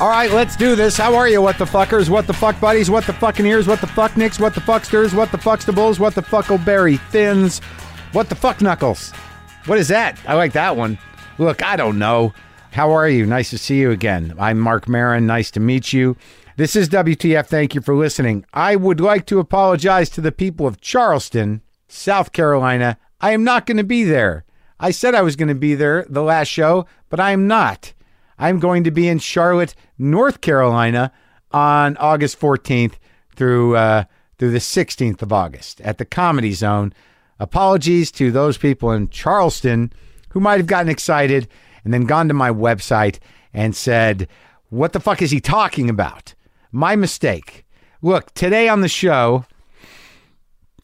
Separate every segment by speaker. Speaker 1: All right, let's do this. How are you, what the fuckers? What the fuck buddies? What the fucking ears? What the fuck nicks? What the fucksters? What the fuckstables? What the fuckleberry thins? What the fuck knuckles? What is that? I like that one. Look, I don't know. How are you? Nice to see you again. I'm Mark Marin. Nice to meet you. This is WTF. Thank you for listening. I would like to apologize to the people of Charleston, South Carolina. I am not going to be there. I said I was going to be there the last show, but I am not. I'm going to be in Charlotte, North Carolina on August 14th through uh, through the 16th of August at the Comedy Zone. Apologies to those people in Charleston who might have gotten excited and then gone to my website and said, "What the fuck is he talking about?" My mistake. Look, today on the show,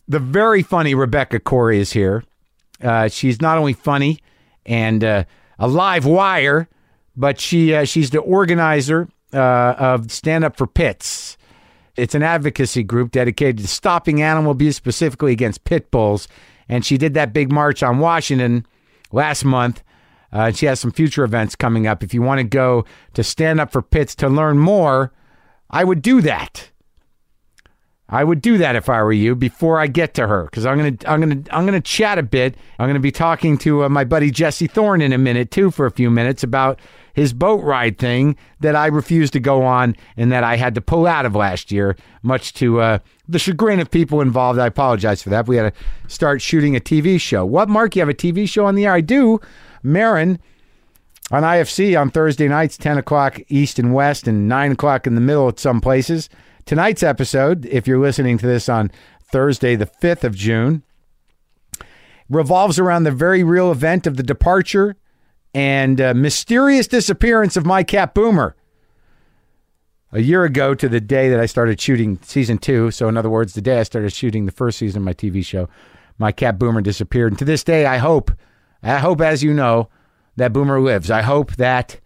Speaker 1: the very funny Rebecca Corey is here. Uh, she's not only funny and uh, a live wire, but she uh, she's the organizer uh, of Stand Up for Pits. It's an advocacy group dedicated to stopping animal abuse, specifically against pit bulls. And she did that big march on Washington last month. Uh, and she has some future events coming up. If you want to go to Stand Up for Pits to learn more, I would do that. I would do that if I were you before I get to her because I'm gonna I'm gonna I'm gonna chat a bit. I'm gonna be talking to uh, my buddy Jesse Thorne in a minute too for a few minutes about his boat ride thing that I refused to go on and that I had to pull out of last year, much to uh, the chagrin of people involved. I apologize for that. We had to start shooting a TV show. What, Mark? You have a TV show on the air? I do, Marin. On IFC on Thursday nights, 10 o'clock East and West, and 9 o'clock in the middle at some places tonight's episode, if you're listening to this on Thursday, the 5th of June, revolves around the very real event of the departure and uh, mysterious disappearance of my cat Boomer. A year ago to the day that I started shooting season two, so in other words, the day I started shooting the first season of my TV show, my cat Boomer disappeared. And to this day, I hope, I hope, as you know, that Boomer lives. I hope that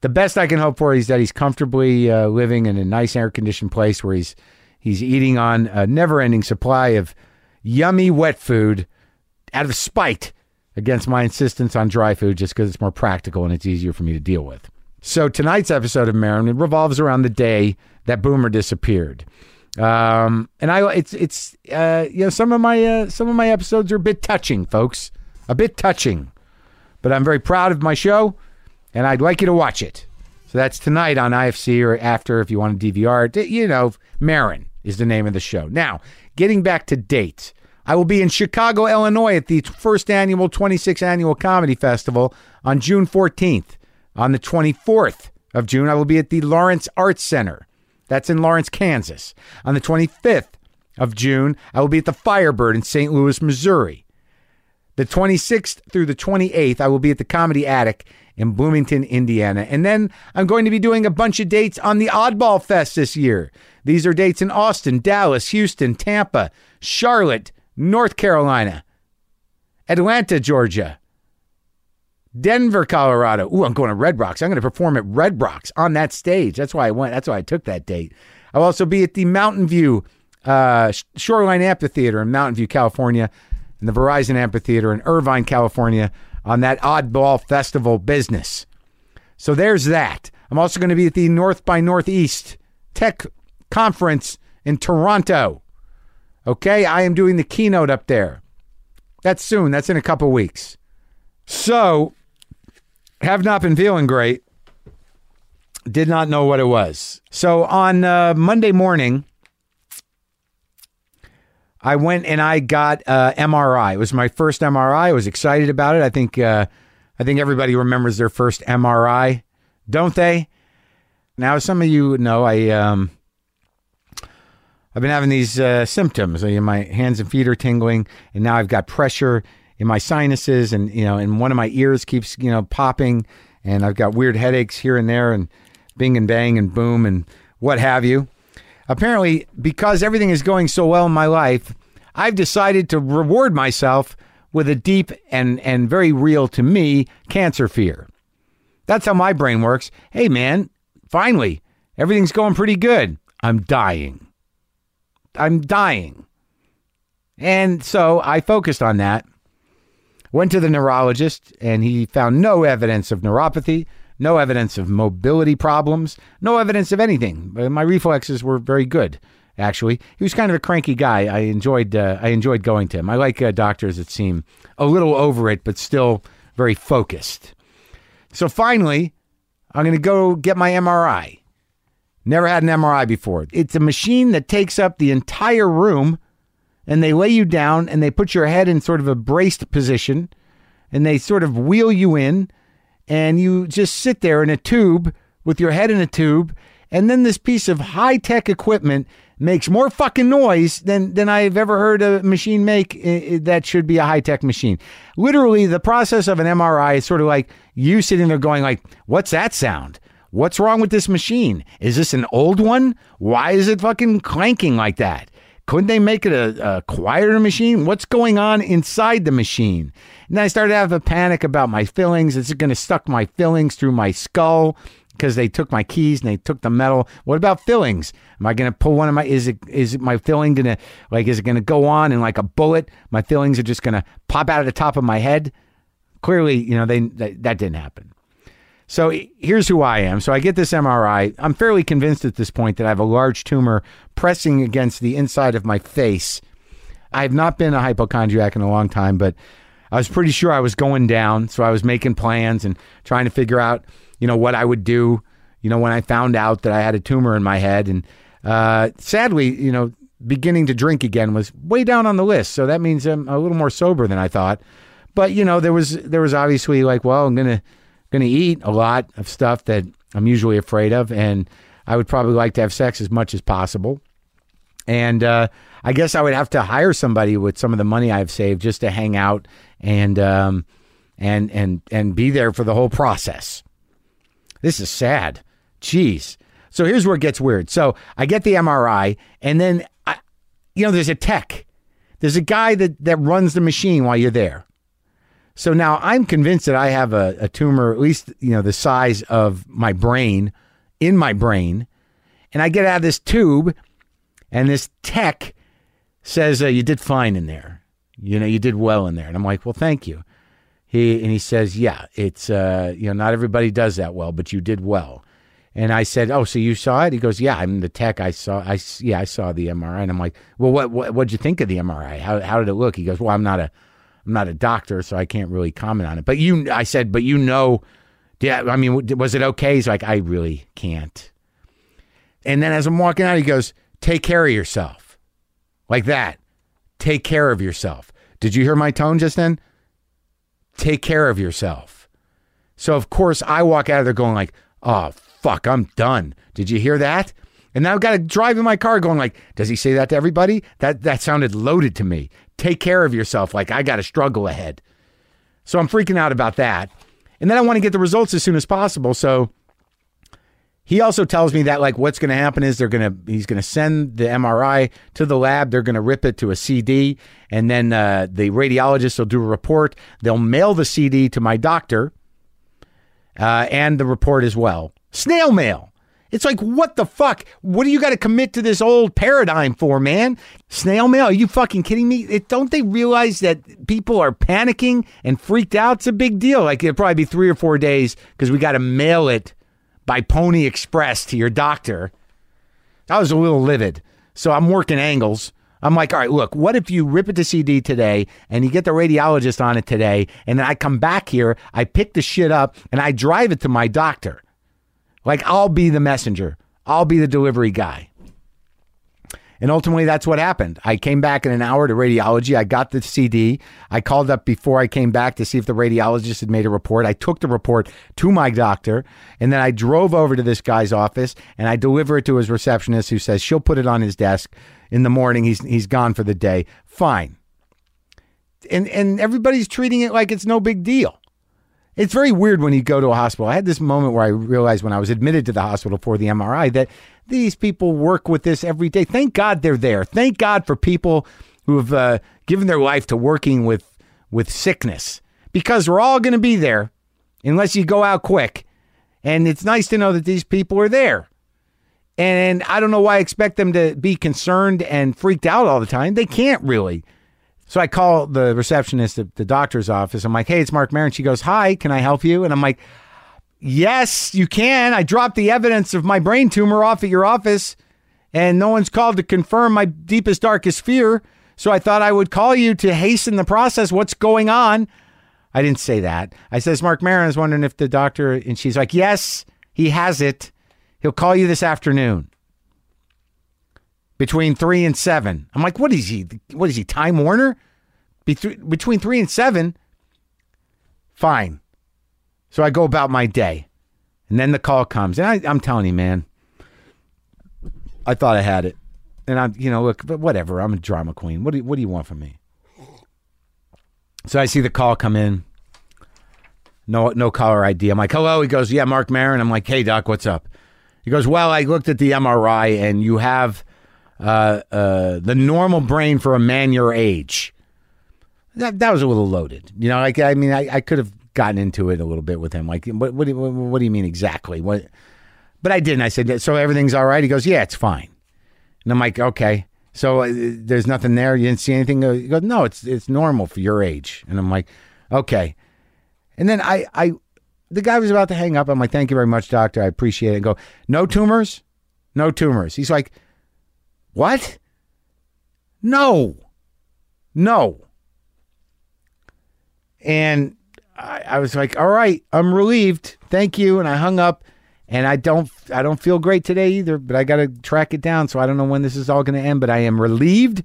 Speaker 1: the best I can hope for is that he's comfortably uh, living in a nice air conditioned place where he's he's eating on a never ending supply of yummy wet food out of spite against my insistence on dry food just because it's more practical and it's easier for me to deal with. So tonight's episode of Marin revolves around the day that Boomer disappeared. Um, and I it's it's uh, you know some of my uh, some of my episodes are a bit touching, folks. A bit touching. But I'm very proud of my show and I'd like you to watch it. So that's tonight on IFC or after if you want to DVR. it. You know, Marin is the name of the show. Now, getting back to dates, I will be in Chicago, Illinois at the first annual 26th annual comedy festival on June 14th. On the 24th of June, I will be at the Lawrence Arts Center. That's in Lawrence, Kansas. On the 25th of June, I will be at the Firebird in St. Louis, Missouri. The 26th through the 28th, I will be at the Comedy Attic in Bloomington, Indiana. And then I'm going to be doing a bunch of dates on the Oddball Fest this year. These are dates in Austin, Dallas, Houston, Tampa, Charlotte, North Carolina, Atlanta, Georgia, Denver, Colorado. Ooh, I'm going to Red Rocks. I'm going to perform at Red Rocks on that stage. That's why I went. That's why I took that date. I'll also be at the Mountain View uh, Shoreline Amphitheater in Mountain View, California, and the Verizon Amphitheater in Irvine, California on that oddball festival business. So there's that. I'm also going to be at the North by Northeast Tech Conference in Toronto. Okay, I am doing the keynote up there. That's soon. That's in a couple weeks. So, have not been feeling great. Did not know what it was. So on uh, Monday morning, I went and I got uh, MRI. It was my first MRI. I was excited about it. I think uh, I think everybody remembers their first MRI, don't they? Now, as some of you know, I um, I've been having these uh, symptoms. I- My hands and feet are tingling, and now I've got pressure in my sinuses, and you know, and one of my ears keeps you know popping, and I've got weird headaches here and there, and bing and bang and boom and what have you apparently because everything is going so well in my life i've decided to reward myself with a deep and and very real to me cancer fear that's how my brain works hey man finally everything's going pretty good i'm dying i'm dying and so i focused on that went to the neurologist and he found no evidence of neuropathy No evidence of mobility problems. No evidence of anything. Uh, My reflexes were very good, actually. He was kind of a cranky guy. I enjoyed. Uh, I enjoyed going to him. I like uh, doctors that seem a little over it, but still very focused. So finally, I'm going to go get my MRI. Never had an MRI before. It's a machine that takes up the entire room and they lay you down and they put your head in sort of a braced position and they sort of wheel you in and you just sit there in a tube with your head in a tube and then this piece of high-tech equipment makes more fucking noise than than I've ever heard a machine make eh, eh, that should be a high-tech machine. Literally the process of an MRI is sort of like you sitting there going like what's that sound? What's wrong with this machine? Is this an old one? Why is it fucking clanking like that? Couldn't they make it a, a quieter machine? What's going on inside the machine? And I started to have a panic about my fillings. Is it going to suck my fillings through my skull? Because they took my keys and they took the metal. What about fillings? Am I going to pull one of my? Is it is it my filling going to like? Is it going to go on and like a bullet? My fillings are just going to pop out of the top of my head. Clearly, you know they that, that didn't happen. So h- here's who I am. So I get this MRI. I'm fairly convinced at this point that I have a large tumor pressing against the inside of my face. I have not been a hypochondriac in a long time, but I was pretty sure I was going down. So I was making plans and trying to figure out, you know, what I would do, you know, when I found out that I had a tumor in my head. And uh, sadly, you know, beginning to drink again was way down on the list. So that means I'm a little more sober than I thought. But you know, there was there was obviously like, well, I'm gonna gonna eat a lot of stuff that I'm usually afraid of, and I would probably like to have sex as much as possible. And uh, I guess I would have to hire somebody with some of the money I've saved just to hang out and um, and and and be there for the whole process. This is sad. Jeez. So here's where it gets weird. So I get the MRI, and then I, you know, there's a tech. There's a guy that that runs the machine while you're there. So now I'm convinced that I have a, a tumor, at least you know the size of my brain, in my brain, and I get out of this tube, and this tech says uh, you did fine in there, you know you did well in there, and I'm like, well, thank you. He and he says, yeah, it's uh, you know not everybody does that well, but you did well. And I said, oh, so you saw it? He goes, yeah, I'm the tech. I saw, I s- yeah, I saw the MRI. And I'm like, well, what what what'd you think of the MRI? How how did it look? He goes, well, I'm not a I'm not a doctor, so I can't really comment on it. But you, I said, but you know, yeah, I mean, w- was it okay? He's like, I really can't. And then as I'm walking out, he goes, Take care of yourself. Like that. Take care of yourself. Did you hear my tone just then? Take care of yourself. So of course I walk out of there going like, oh fuck, I'm done. Did you hear that? And now I've got to drive in my car going like, does he say that to everybody? That that sounded loaded to me. Take care of yourself. Like I got to struggle ahead. So I'm freaking out about that. And then I want to get the results as soon as possible. So he also tells me that like what's going to happen is they're going to he's going to send the MRI to the lab. They're going to rip it to a CD, and then uh, the radiologist will do a report. They'll mail the CD to my doctor, uh, and the report as well. Snail mail. It's like what the fuck? What do you got to commit to this old paradigm for, man? Snail mail? Are you fucking kidding me? It, don't they realize that people are panicking and freaked out? It's a big deal. Like it'll probably be three or four days because we got to mail it by Pony Express to your doctor. I was a little livid. So I'm working angles. I'm like, all right, look, what if you rip it to CD today and you get the radiologist on it today, and then I come back here, I pick the shit up, and I drive it to my doctor? Like, I'll be the messenger, I'll be the delivery guy. And ultimately, that's what happened. I came back in an hour to radiology. I got the CD. I called up before I came back to see if the radiologist had made a report. I took the report to my doctor, and then I drove over to this guy's office and I deliver it to his receptionist, who says she'll put it on his desk in the morning. He's he's gone for the day. Fine. And and everybody's treating it like it's no big deal. It's very weird when you go to a hospital. I had this moment where I realized when I was admitted to the hospital for the MRI that these people work with this every day. Thank God they're there. Thank God for people who have uh, given their life to working with with sickness because we're all going to be there unless you go out quick. And it's nice to know that these people are there. And I don't know why I expect them to be concerned and freaked out all the time. They can't really. So I call the receptionist at the doctor's office. I'm like, hey, it's Mark Maron. She goes, hi, can I help you? And I'm like, Yes, you can. I dropped the evidence of my brain tumor off at your office, and no one's called to confirm my deepest, darkest fear. So I thought I would call you to hasten the process. What's going on? I didn't say that. I says, Mark Maron is wondering if the doctor, and she's like, yes, he has it. He'll call you this afternoon between three and seven. I'm like, what is he? What is he? Time Warner? Betw- Between three and seven? Fine. So I go about my day. And then the call comes. And I, I'm telling you, man, I thought I had it. And I'm, you know, look, but whatever. I'm a drama queen. What do, you- what do you want from me? So I see the call come in. No, no caller ID. I'm like, hello. He goes, yeah, Mark Marin. I'm like, hey, doc, what's up? He goes, well, I looked at the MRI and you have uh, uh, the normal brain for a man your age. That that was a little loaded. You know, like I mean, I, I could have gotten into it a little bit with him. Like, what what do you, what, what do you mean exactly? What? But I didn't. I said, so everything's all right. He goes, yeah, it's fine. And I'm like, okay. So uh, there's nothing there. You didn't see anything. Uh, He goes, no, it's it's normal for your age. And I'm like, okay. And then I I, the guy was about to hang up. I'm like, thank you very much, doctor. I appreciate it. I go, no tumors, no tumors. He's like, what? No. No. And I, I was like, all right, I'm relieved. Thank you. And I hung up and I don't I don't feel great today either, but I gotta track it down. So I don't know when this is all gonna end, but I am relieved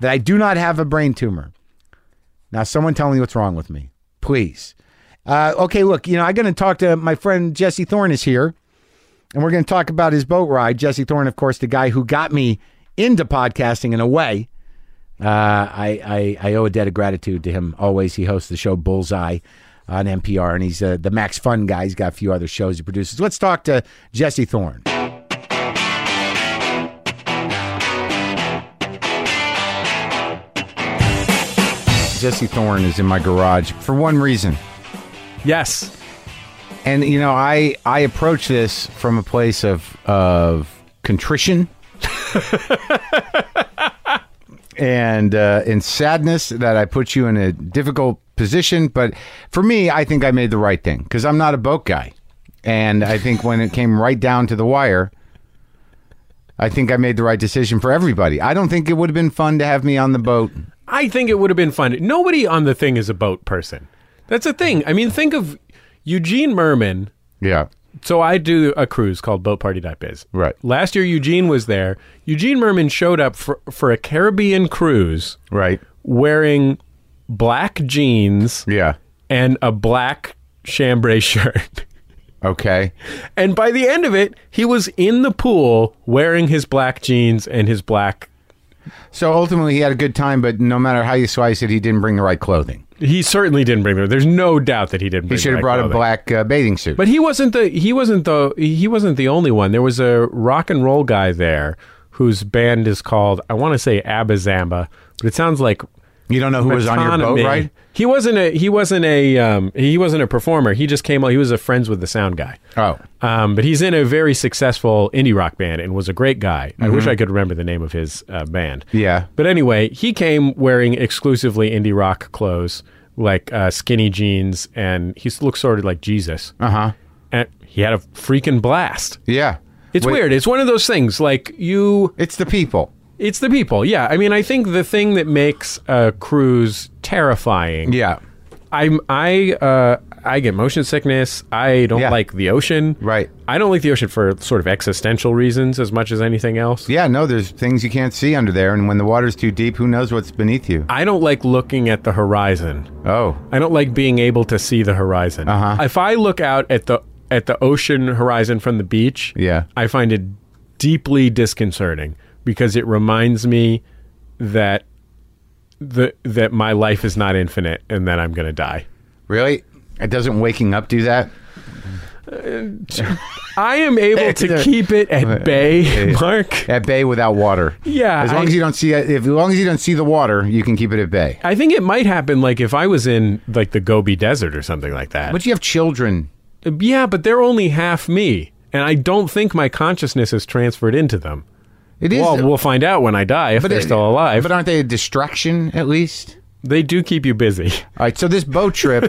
Speaker 1: that I do not have a brain tumor. Now someone tell me what's wrong with me. Please. Uh, okay, look, you know, I'm gonna talk to my friend Jesse Thorne is here and we're going to talk about his boat ride. Jesse Thorne, of course, the guy who got me into podcasting in a way. Uh, I, I I owe a debt of gratitude to him always. He hosts the show Bullseye on NPR, and he's uh, the Max Fun guy. He's got a few other shows he produces. Let's talk to Jesse Thorne. Jesse Thorne is in my garage for one reason.
Speaker 2: Yes.
Speaker 1: And you know, I I approach this from a place of of contrition and uh, and sadness that I put you in a difficult position. But for me, I think I made the right thing because I'm not a boat guy, and I think when it came right down to the wire. I think I made the right decision for everybody. I don't think it would have been fun to have me on the boat.
Speaker 2: I think it would have been fun. Nobody on the thing is a boat person. That's a thing. I mean, think of Eugene Merman.
Speaker 1: Yeah.
Speaker 2: So I do a cruise called boatparty.biz.
Speaker 1: Right.
Speaker 2: Last year, Eugene was there. Eugene Merman showed up for, for a Caribbean cruise
Speaker 1: Right.
Speaker 2: wearing black jeans
Speaker 1: Yeah.
Speaker 2: and a black chambray shirt.
Speaker 1: Okay.
Speaker 2: And by the end of it, he was in the pool wearing his black jeans and his black.
Speaker 1: So ultimately, he had a good time, but no matter how you slice it, he didn't bring the right clothing.
Speaker 2: He certainly didn't bring them. There's no doubt that he didn't.
Speaker 1: He
Speaker 2: bring
Speaker 1: should have
Speaker 2: black
Speaker 1: brought a
Speaker 2: clothing.
Speaker 1: black uh, bathing suit.
Speaker 2: But he wasn't the he wasn't the he wasn't the only one. There was a rock and roll guy there whose band is called I want to say Abazamba, but it sounds like
Speaker 1: you don't know who was on your boat,
Speaker 2: Metonymy.
Speaker 1: right?
Speaker 2: He wasn't a he wasn't a um, he wasn't a performer. He just came out. He was a friends with the sound guy.
Speaker 1: Oh,
Speaker 2: Um, but he's in a very successful indie rock band and was a great guy. I wish I could remember the name of his uh, band.
Speaker 1: Mm-hmm. Yeah.
Speaker 2: But anyway, he came wearing exclusively indie rock clothes, like uh, skinny jeans, and he s- looked sort of like Jesus.
Speaker 1: uh huh.
Speaker 2: And he had a freaking blast.
Speaker 1: Yeah,
Speaker 2: It's
Speaker 1: Wait,
Speaker 2: weird. It's one of those things. Like you,
Speaker 1: It's the people.
Speaker 2: it's the people. Yeah. I mean, I think the thing that makes a cruise terrifying
Speaker 1: Yeah,
Speaker 2: I'm I uh I get motion sickness. I don't
Speaker 1: Yeah.
Speaker 2: like the ocean.
Speaker 1: Right.
Speaker 2: I don't like the ocean for sort of existential reasons as much as anything else.
Speaker 1: yeah. No, there's things you can't see under there, and when the water's too deep, who knows what's beneath you?
Speaker 2: I don't like looking at the horizon.
Speaker 1: Oh,
Speaker 2: I don't like being able to see the horizon.
Speaker 1: Uh-huh.
Speaker 2: If I look out at the at the ocean horizon from the beach,
Speaker 1: Yeah.
Speaker 2: I find it deeply disconcerting because it reminds me that the that my life is not infinite and that I'm going to die.
Speaker 1: really? It doesn't waking up do that?
Speaker 2: I am able to keep it at bay, Mark.
Speaker 1: At bay without water.
Speaker 2: Yeah,
Speaker 1: As long
Speaker 2: I-
Speaker 1: as you don't see it, if, as long as you don't see the water, you can keep it at bay.
Speaker 2: I think it might happen like if I was in like the Gobi Desert or something like that.
Speaker 1: But you have children.
Speaker 2: yeah, but they're only half me, and I don't think my consciousness is transferred into them.
Speaker 1: It is.
Speaker 2: Well, we'll find out when I die if they're
Speaker 1: it-
Speaker 2: still alive.
Speaker 1: but aren't they a distraction at least?
Speaker 2: they do keep you busy.
Speaker 1: All right, so this boat trip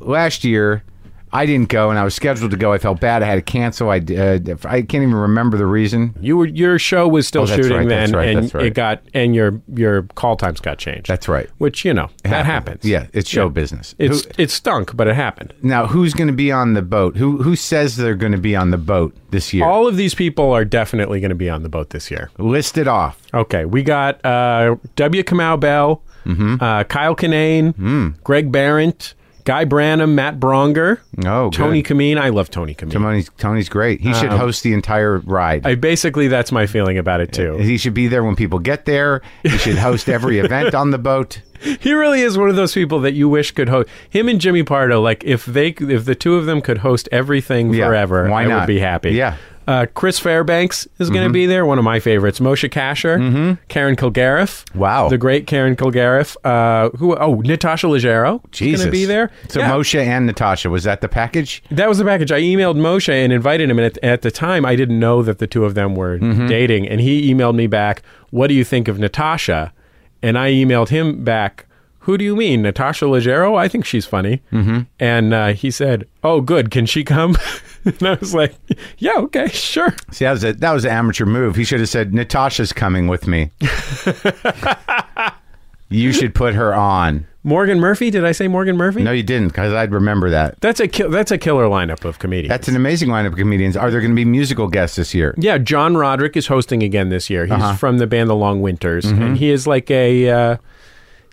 Speaker 1: last year, I didn't go, and I was scheduled to go. I felt bad. I had to cancel. I uh, I can't even remember the reason.
Speaker 2: You were your show was still
Speaker 1: Oh, that's
Speaker 2: shooting
Speaker 1: right,
Speaker 2: then,
Speaker 1: that's right,
Speaker 2: and
Speaker 1: that's right.
Speaker 2: it got and your your call times got changed.
Speaker 1: That's right.
Speaker 2: Which you know that happens.
Speaker 1: Yeah, it's show business.
Speaker 2: it's it stunk, but it happened.
Speaker 1: Now, who's going to be on the boat? Who who says they're going to be on the boat this year?
Speaker 2: All of these people are definitely going to be on the boat this year.
Speaker 1: List it off.
Speaker 2: Okay, we got uh, W. Kamau Bell,
Speaker 1: Mm-hmm.
Speaker 2: uh, Kyle Kinane,
Speaker 1: Mm.
Speaker 2: Greg Barrett, Guy Branum, Matt Bronger,
Speaker 1: Oh, good.
Speaker 2: Tony Kameen. I love Tony Kameen.
Speaker 1: Tony's, Tony's great. He should host the entire ride.
Speaker 2: Um, I basically that's my feeling about it too.
Speaker 1: he should be there when people get there. He should host every event on the boat.
Speaker 2: He really is one of those people that you wish could host him and Jimmy Pardo. Like if they if the two of them could host everything
Speaker 1: Yeah,
Speaker 2: forever,
Speaker 1: why
Speaker 2: I
Speaker 1: not?
Speaker 2: would be happy.
Speaker 1: Yeah. Mm-hmm.
Speaker 2: Uh, Chris Fairbanks is going to be there, one of my favorites. Moshe Kasher, Karen Kilgariff.
Speaker 1: Wow.
Speaker 2: The great Karen Kilgariff. Uh, who? Oh, Natasha Leggero is
Speaker 1: Jesus,
Speaker 2: going to be there.
Speaker 1: So
Speaker 2: Yeah.
Speaker 1: Moshe and Natasha was that the package?
Speaker 2: That was the package. I emailed Moshe and invited him. And at, at the time, I didn't know that the two of them were
Speaker 1: Mm-hmm.
Speaker 2: dating. And he emailed me back, What do you think of Natasha? And I emailed him back, Who do you mean? Natasha Leggero? I think she's funny. Mm-hmm. And uh, he said, Oh, good. Can she come? and I was like, Yeah, okay, sure.
Speaker 1: See, that was a, that was an amateur move. He should have said Natasha's coming with me. you should put her on.
Speaker 2: Morgan Murphy? Did I say Morgan Murphy?
Speaker 1: No, you didn't, because I'd remember that.
Speaker 2: That's a kill that's a killer lineup of comedians.
Speaker 1: That's an amazing lineup of comedians. Are there going to be musical guests this year?
Speaker 2: Yeah, John Roderick is hosting again this year. He's
Speaker 1: Uh-huh.
Speaker 2: from the band The Long Winters,
Speaker 1: Mm-hmm.
Speaker 2: and he is like a uh,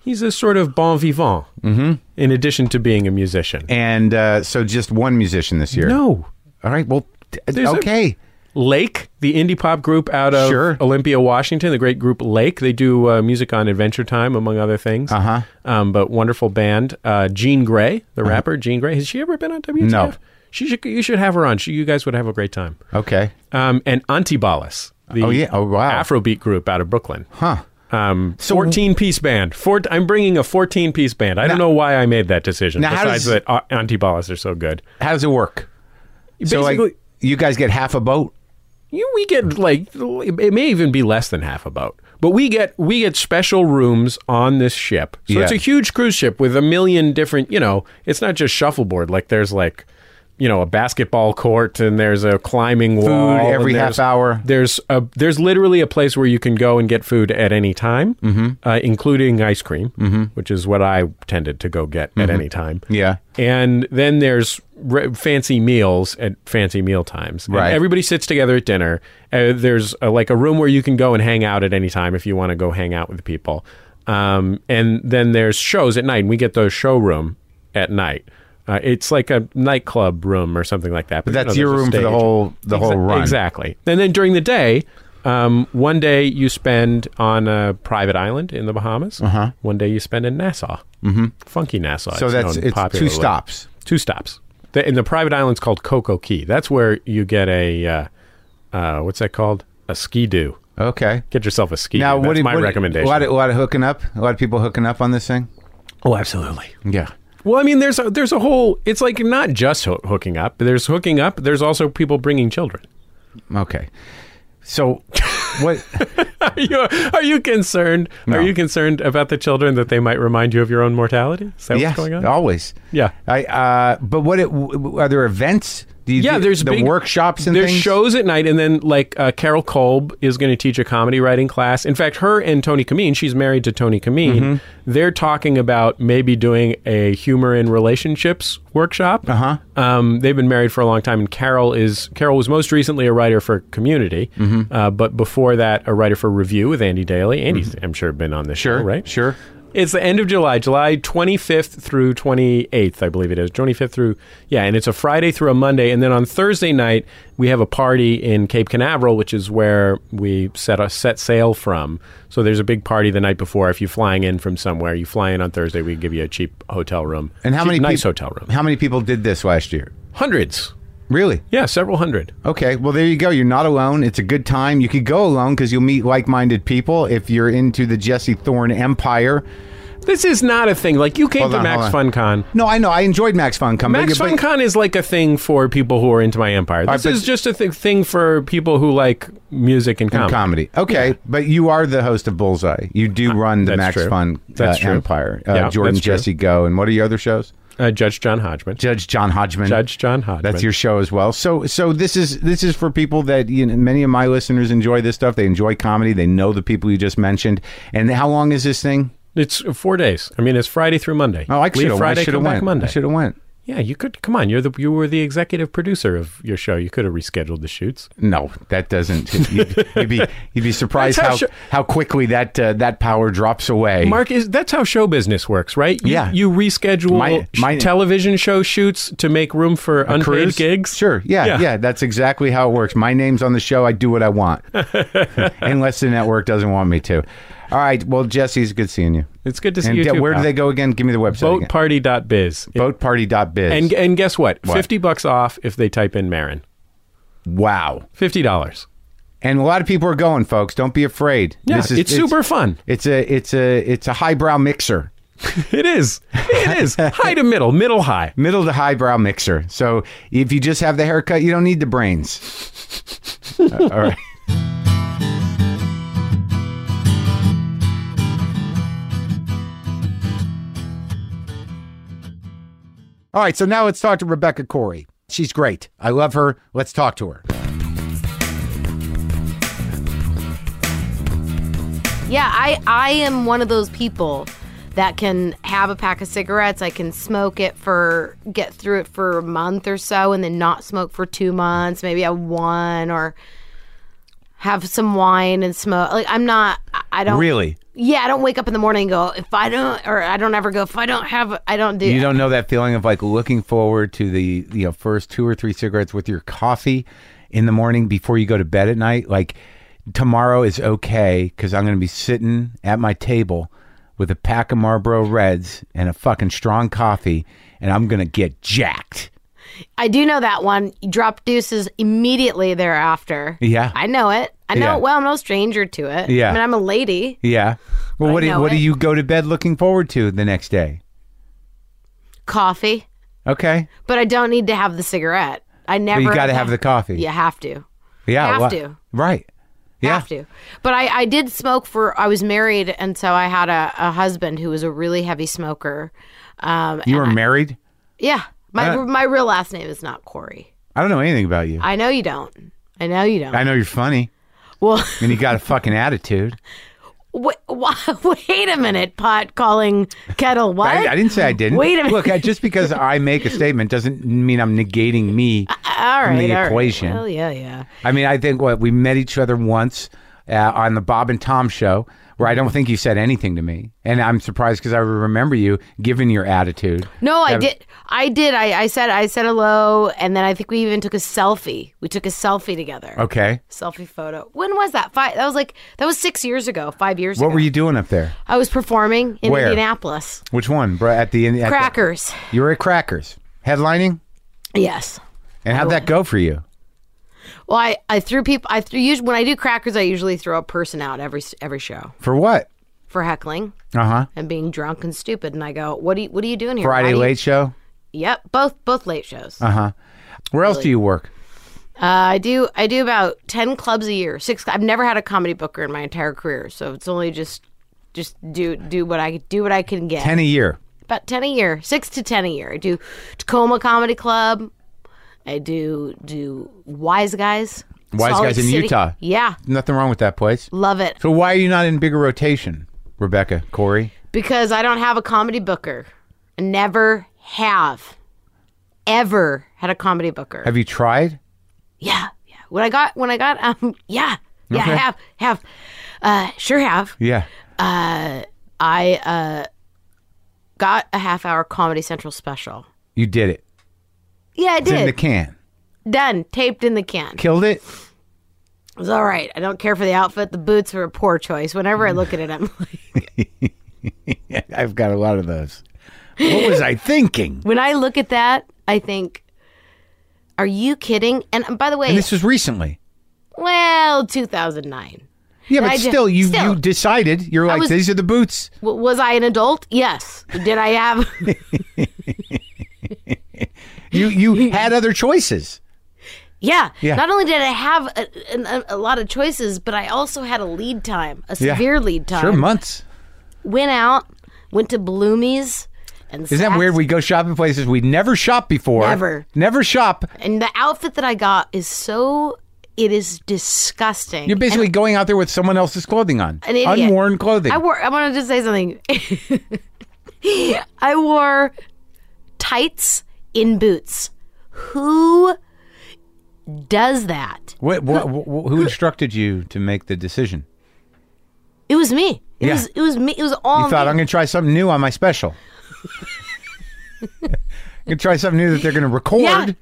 Speaker 2: he's a sort of bon vivant. Mm-hmm. In addition to being a musician,
Speaker 1: And uh, so, just one musician this year.
Speaker 2: no
Speaker 1: All right. Well, t-
Speaker 2: There's a-
Speaker 1: okay.
Speaker 2: Lake, the indie pop group out of
Speaker 1: Sure.
Speaker 2: Olympia, Washington, the great group Lake. They do uh, music on Adventure Time, among other things. Uh
Speaker 1: Uh-huh.
Speaker 2: huh. Um, but wonderful band. Uh, Jean Grey, the rapper Jean Grey. Has she ever been on WTF?
Speaker 1: No.
Speaker 2: She should. You should have her on. She, you guys would have a great time.
Speaker 1: okay.
Speaker 2: Um, and Antibalas, the
Speaker 1: Oh, yeah. Oh, wow.
Speaker 2: Afrobeat group out of Brooklyn.
Speaker 1: Huh.
Speaker 2: Um, 14 piece band. Four, I'm bringing a 14 piece band. I don't know why I made that decision.
Speaker 1: Now, how
Speaker 2: besides
Speaker 1: does-
Speaker 2: that, uh, Antibalas are so good.
Speaker 1: How does it work? So, like,
Speaker 2: Basically,
Speaker 1: you guys get half a boat.
Speaker 2: you, we get like it may even be less than half a boat, but we get we get special rooms on this ship. So it's
Speaker 1: Yeah.
Speaker 2: a huge cruise ship with a million different. You know, it's not just shuffleboard. Like there's like. You know, a basketball court, and there's a climbing wall. and
Speaker 1: every half
Speaker 2: there's-
Speaker 1: hour.
Speaker 2: There's a there's literally a place where you can go and get food at any time,
Speaker 1: Mm-hmm.
Speaker 2: uh, including ice cream, which is what I tended to go get
Speaker 1: Mm-hmm.
Speaker 2: at any time.
Speaker 1: Yeah.
Speaker 2: And then there's re- fancy meals at fancy meal times. And
Speaker 1: Right.
Speaker 2: everybody sits together at dinner. Uh, there's uh like a room where you can go and hang out at any time if you want to go hang out with people. Um, and then there's shows at night, and we get the showroom at night. Uh, it's like a nightclub room or something like that. But,
Speaker 1: That's
Speaker 2: you know,
Speaker 1: your
Speaker 2: Oh, there's a
Speaker 1: room for the
Speaker 2: stage.
Speaker 1: whole the whole
Speaker 2: Exa-
Speaker 1: run.
Speaker 2: Exactly. And then during the day, um, one day you spend on a private island in the Bahamas. Uh-huh. One day you spend in Nassau. Mm-hmm. Funky Nassau.
Speaker 1: So that's
Speaker 2: known
Speaker 1: it's two
Speaker 2: popularly.
Speaker 1: stops.
Speaker 2: Two stops. The, and the private island's called Coco Key. That's where you get a uh, uh, what's that called? A ski do.
Speaker 1: Okay.
Speaker 2: Get yourself a ski.
Speaker 1: Now,
Speaker 2: do.
Speaker 1: what
Speaker 2: That's
Speaker 1: did
Speaker 2: my
Speaker 1: what,
Speaker 2: recommendation.
Speaker 1: A lot, of, a lot of hooking up. A lot of people hooking up on this thing.
Speaker 2: oh, absolutely.
Speaker 1: Yeah.
Speaker 2: Well, I mean, there's a, there's a whole. It's like not just ho- hooking up. There's hooking up. There's also people bringing children.
Speaker 1: Okay. So, what?
Speaker 2: Are you are you concerned? Are you concerned about the children that they might remind you of your own mortality? Is that
Speaker 1: yes,
Speaker 2: what's going on?
Speaker 1: always.
Speaker 2: Yeah.
Speaker 1: I. Uh, but what? It, w- w- are there events? Do you
Speaker 2: Yeah,
Speaker 1: do
Speaker 2: there's
Speaker 1: the
Speaker 2: big-
Speaker 1: workshops and
Speaker 2: There's
Speaker 1: things.
Speaker 2: shows at night, and then like uh, Carol Kolb is going to teach a comedy writing class. In fact, her and Tony Kameen, she's married to Tony Kameen.
Speaker 1: Mm-hmm.
Speaker 2: They're talking about maybe doing a humor in relationships workshop. Uh
Speaker 1: Uh-huh.
Speaker 2: huh. Um, they've been married for a long time, and Carol is Carol was most recently a writer for Community,
Speaker 1: Mm-hmm.
Speaker 2: uh, but before that, a writer for Review with Andy Daly. Andy's, I'm sure, been on this
Speaker 1: Mm-hmm. Sure.
Speaker 2: show, right?
Speaker 1: Sure.
Speaker 2: It's the end of July, July 25th through 28th, I believe it is. 25th through, yeah, and it's a Friday through a Monday. And then on Thursday night, we have a party in Cape Canaveral, which is where we set, a, set sail from. So there's a big party the night before. If you're flying in from somewhere, you fly in on Thursday, we give you a cheap hotel room.
Speaker 1: And how
Speaker 2: Cheap,
Speaker 1: many
Speaker 2: Nice
Speaker 1: peop-
Speaker 2: hotel room.
Speaker 1: How many people did this last year?
Speaker 2: Hundreds.
Speaker 1: Really?
Speaker 2: Yeah, several hundred.
Speaker 1: Okay. Well, there you go. You're not alone. It's a good time. You could go alone because you'll meet like-minded people. If you're into the Jesse Thorne empire.
Speaker 2: This is not a thing. Like, you came
Speaker 1: Hold
Speaker 2: to
Speaker 1: on,
Speaker 2: Max
Speaker 1: hold on.
Speaker 2: FunCon.
Speaker 1: No, I know. I enjoyed Max FunCon.
Speaker 2: Max
Speaker 1: but,
Speaker 2: FunCon is like a thing for people who are into my empire. This
Speaker 1: but-
Speaker 2: is just a th- thing for people who like music and comedy.
Speaker 1: comedy. Okay, but you are the host of Bullseye. You do run the
Speaker 2: that's
Speaker 1: Max
Speaker 2: true.
Speaker 1: Fun uh,
Speaker 2: That's true.
Speaker 1: Empire. Uh,
Speaker 2: Yeah,
Speaker 1: Jordan
Speaker 2: that's true.
Speaker 1: Jesse Go, and what are your other shows?
Speaker 2: Uh, Judge John Hodgman.
Speaker 1: Judge John Hodgman.
Speaker 2: Judge John Hodgman.
Speaker 1: That's your show as well. So so this is this is for people that you know, many of my listeners enjoy this stuff. They enjoy comedy. They know the people you just mentioned. And how long is this thing?
Speaker 2: It's four days. I mean, it's Friday through Monday.
Speaker 1: Oh, I
Speaker 2: Leave
Speaker 1: should have
Speaker 2: Friday,
Speaker 1: I should have
Speaker 2: come back
Speaker 1: went.
Speaker 2: Monday.
Speaker 1: I should have went.
Speaker 2: Yeah, you could. Come on, you're the you were the executive producer of your show. You could have rescheduled the shoots.
Speaker 1: No, that doesn't. You'd, you'd be you'd be surprised
Speaker 2: That's how
Speaker 1: how
Speaker 2: sho-
Speaker 1: how quickly that uh, that power drops away.
Speaker 2: Mark, is that's how show business works, right? You,
Speaker 1: Yeah.
Speaker 2: you reschedule
Speaker 1: My-
Speaker 2: sh-
Speaker 1: my-
Speaker 2: television show shoots to make room for unpaid
Speaker 1: Cruise?
Speaker 2: gigs.
Speaker 1: Sure. Yeah,
Speaker 2: Yeah.
Speaker 1: yeah. That's exactly how it works. My name's on the show. I do what I want, unless the network doesn't want me to. All right. Well, Jesse, it's good seeing you.
Speaker 2: It's good to see
Speaker 1: And
Speaker 2: you.
Speaker 1: d-
Speaker 2: too,
Speaker 1: where do
Speaker 2: pal.
Speaker 1: they go again? Give me the website. again.
Speaker 2: Boatparty.biz.
Speaker 1: Boatparty.biz.
Speaker 2: And and guess what? Fifty bucks off if they type in Marin.
Speaker 1: wow.
Speaker 2: Fifty dollars.
Speaker 1: And a lot of people are going, folks. Don't be afraid.
Speaker 2: Yeah, it's super fun.
Speaker 1: It's a it's a it's a highbrow mixer.
Speaker 2: It is. It is high to middle, middle high.
Speaker 1: Middle to highbrow mixer. So if you just have the haircut, you don't need the brains. Uh, all right. All right, so now let's talk to Rebecca Corey. She's great. I love her. Let's talk to her.
Speaker 3: Yeah, I I am one of those people that can have a pack of cigarettes. I can smoke it for get through it for a month or so, and then not smoke for two months. Maybe have one or have some wine and smoke. Like I'm not. I- I don't
Speaker 1: Really?
Speaker 3: Yeah, I don't wake up in the morning and go if I don't or I don't ever go if I don't have I don't do.
Speaker 1: You don't know that feeling of like looking forward to the you know first two or three cigarettes with your coffee in the morning before you go to bed at night. Like tomorrow is okay because I'm going to be sitting at my table with a pack of Marlboro Reds and a fucking strong coffee, and I'm going to get jacked.
Speaker 3: I do know that one. You drop deuces immediately thereafter.
Speaker 1: Yeah.
Speaker 3: I know it. I know
Speaker 1: Yeah.
Speaker 3: it well. I'm no stranger to it.
Speaker 1: Yeah.
Speaker 3: I mean, I'm a lady.
Speaker 1: Yeah. Well, what do,
Speaker 3: know
Speaker 1: what do
Speaker 3: it.
Speaker 1: you go to bed looking forward to the next day?
Speaker 3: Coffee.
Speaker 1: Okay,
Speaker 3: But I don't need to have the cigarette. I never.
Speaker 1: but you got to have the coffee.
Speaker 3: You have to.
Speaker 1: Yeah.
Speaker 3: have
Speaker 1: wha-
Speaker 3: to.
Speaker 1: Right. Yeah.
Speaker 3: Have to. But I, I did smoke for. I was married, and so I had a, a husband who was a really heavy smoker. Um,
Speaker 1: You were married.
Speaker 3: yeah. My
Speaker 1: Uh,
Speaker 3: my real last name is not Corey.
Speaker 1: I don't know anything about you.
Speaker 3: I know you don't. I know you don't.
Speaker 1: I know you're funny
Speaker 3: well,
Speaker 1: and you got a fucking attitude.
Speaker 3: wait, wait a minute. Pot calling kettle what?
Speaker 1: I, I didn't say I didn't.
Speaker 3: Wait a minute.
Speaker 1: Look, I, just because I make a statement doesn't mean I'm negating me.
Speaker 3: all right.
Speaker 1: the
Speaker 3: all right.
Speaker 1: equation.
Speaker 3: Well, yeah, yeah.
Speaker 1: I mean, I think what we met each other once uh, on the Bob and Tom show, where I don't think you said anything to me, and I'm surprised because I remember you given your attitude.
Speaker 3: No, I
Speaker 1: Have-
Speaker 3: did. I did. I, I said I said hello, and then I think we even took a selfie. We took a selfie together.
Speaker 1: Okay,
Speaker 3: selfie photo. When was that? Five. That was like that was six years ago. Five years
Speaker 1: what
Speaker 3: ago.
Speaker 1: were you doing up there?
Speaker 3: I was performing in
Speaker 1: Where?
Speaker 3: Indianapolis.
Speaker 1: Which one, bro? At the, at the-
Speaker 3: Crackers.
Speaker 1: you were at Crackers headlining,
Speaker 3: Yes.
Speaker 1: and how'd that go for you?
Speaker 3: Well, I, I threw people. I threw usually when I do crackers, I usually throw a person out every s- every show
Speaker 1: For what?
Speaker 3: for heckling
Speaker 1: Uh huh.
Speaker 3: and being drunk and stupid. And I go, what do you what are you doing here? Why
Speaker 1: Friday
Speaker 3: do you-"
Speaker 1: late show.
Speaker 3: Yep. Both both late shows.
Speaker 1: Uh huh. Where else do you work?
Speaker 3: Uh, I do. I do about ten clubs a year. Six. I've never had a comedy booker in my entire career, so it's only just, just do do what I do what I can get.
Speaker 1: Ten a year.
Speaker 3: About ten a year, six to ten a year. I do Tacoma Comedy Club. I do do Wise Guys.
Speaker 1: Wise
Speaker 3: Salt
Speaker 1: Guys
Speaker 3: Lake
Speaker 1: in
Speaker 3: City.
Speaker 1: Utah.
Speaker 3: Yeah,
Speaker 1: Nothing wrong with that place.
Speaker 3: love it
Speaker 1: So why are you not in bigger rotation, Rebecca Corey?
Speaker 3: because I don't have a comedy booker. I never have, ever had a comedy booker.
Speaker 1: Have you tried?
Speaker 3: Yeah, yeah. When I got when I got um yeah yeah
Speaker 1: Okay.
Speaker 3: have have uh sure have
Speaker 1: Yeah.
Speaker 3: I uh got a half hour Comedy Central special.
Speaker 1: You did it.
Speaker 3: Yeah, I
Speaker 1: It's in
Speaker 3: did.
Speaker 1: the can.
Speaker 3: Done. Taped in the can.
Speaker 1: Killed it.
Speaker 3: It was all right. I don't care for the outfit. The boots were a poor choice. Whenever I look at it, I'm like,
Speaker 1: I've got a lot of those. What was I thinking?
Speaker 3: when I look at that, I think, are you kidding? And um, by the way,
Speaker 1: And this was recently.
Speaker 3: well, 2009.
Speaker 1: Yeah,
Speaker 3: I
Speaker 1: but
Speaker 3: ju-
Speaker 1: still, you
Speaker 3: still.
Speaker 1: you decided you're like
Speaker 3: was-
Speaker 1: these are the boots.
Speaker 3: W- was I an adult? Yes. Did I have?
Speaker 1: You you had other choices.
Speaker 3: yeah.
Speaker 1: Yeah.
Speaker 3: Not only did I have a, a, a lot of choices, but I also had a lead time, a
Speaker 1: Yeah.
Speaker 3: severe lead time.
Speaker 1: Sure, months.
Speaker 3: went out, went to Bloomies, and
Speaker 1: Isn't that weird? We go shopping places we never shopped before.
Speaker 3: Never.
Speaker 1: Never shop.
Speaker 3: and the outfit that I got is so it is disgusting.
Speaker 1: You're basically going out there with someone else's clothing on.
Speaker 3: an idiot.
Speaker 1: Unworn clothing.
Speaker 3: I wore. I wanted to say something. I wore tights in boots. Who does that?
Speaker 1: What, what, wh- who instructed you to make the decision?
Speaker 3: It was me. It
Speaker 1: Yeah.
Speaker 3: was. It was me. It was all.
Speaker 1: You thought,
Speaker 3: me.
Speaker 1: I'm going to try something new on my special. I'm going to try something new that they're going to
Speaker 3: yeah.
Speaker 1: record.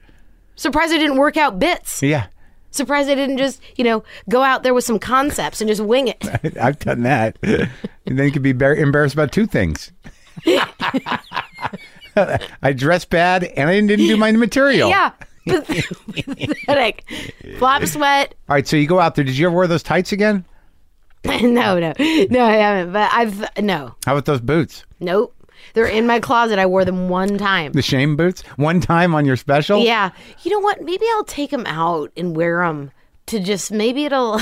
Speaker 3: Surprised I didn't work out bits.
Speaker 1: Yeah.
Speaker 3: Surprised I didn't just you know go out there with some concepts and just wing it.
Speaker 1: I've done that. and then you could be bar- embarrassed about two things. I dressed bad and I didn't do my material.
Speaker 3: Yeah. Pathetic. Flop sweat.
Speaker 1: All right, so you go out there. Did you ever wear those tights again?
Speaker 3: no, no, no, I haven't. But I've no,
Speaker 1: How about those boots?
Speaker 3: nope. They're in my closet. I wore them one time.
Speaker 1: The shame boots? One time on your special?
Speaker 3: Yeah, you know what? Maybe I'll take them out and wear them to just maybe it'll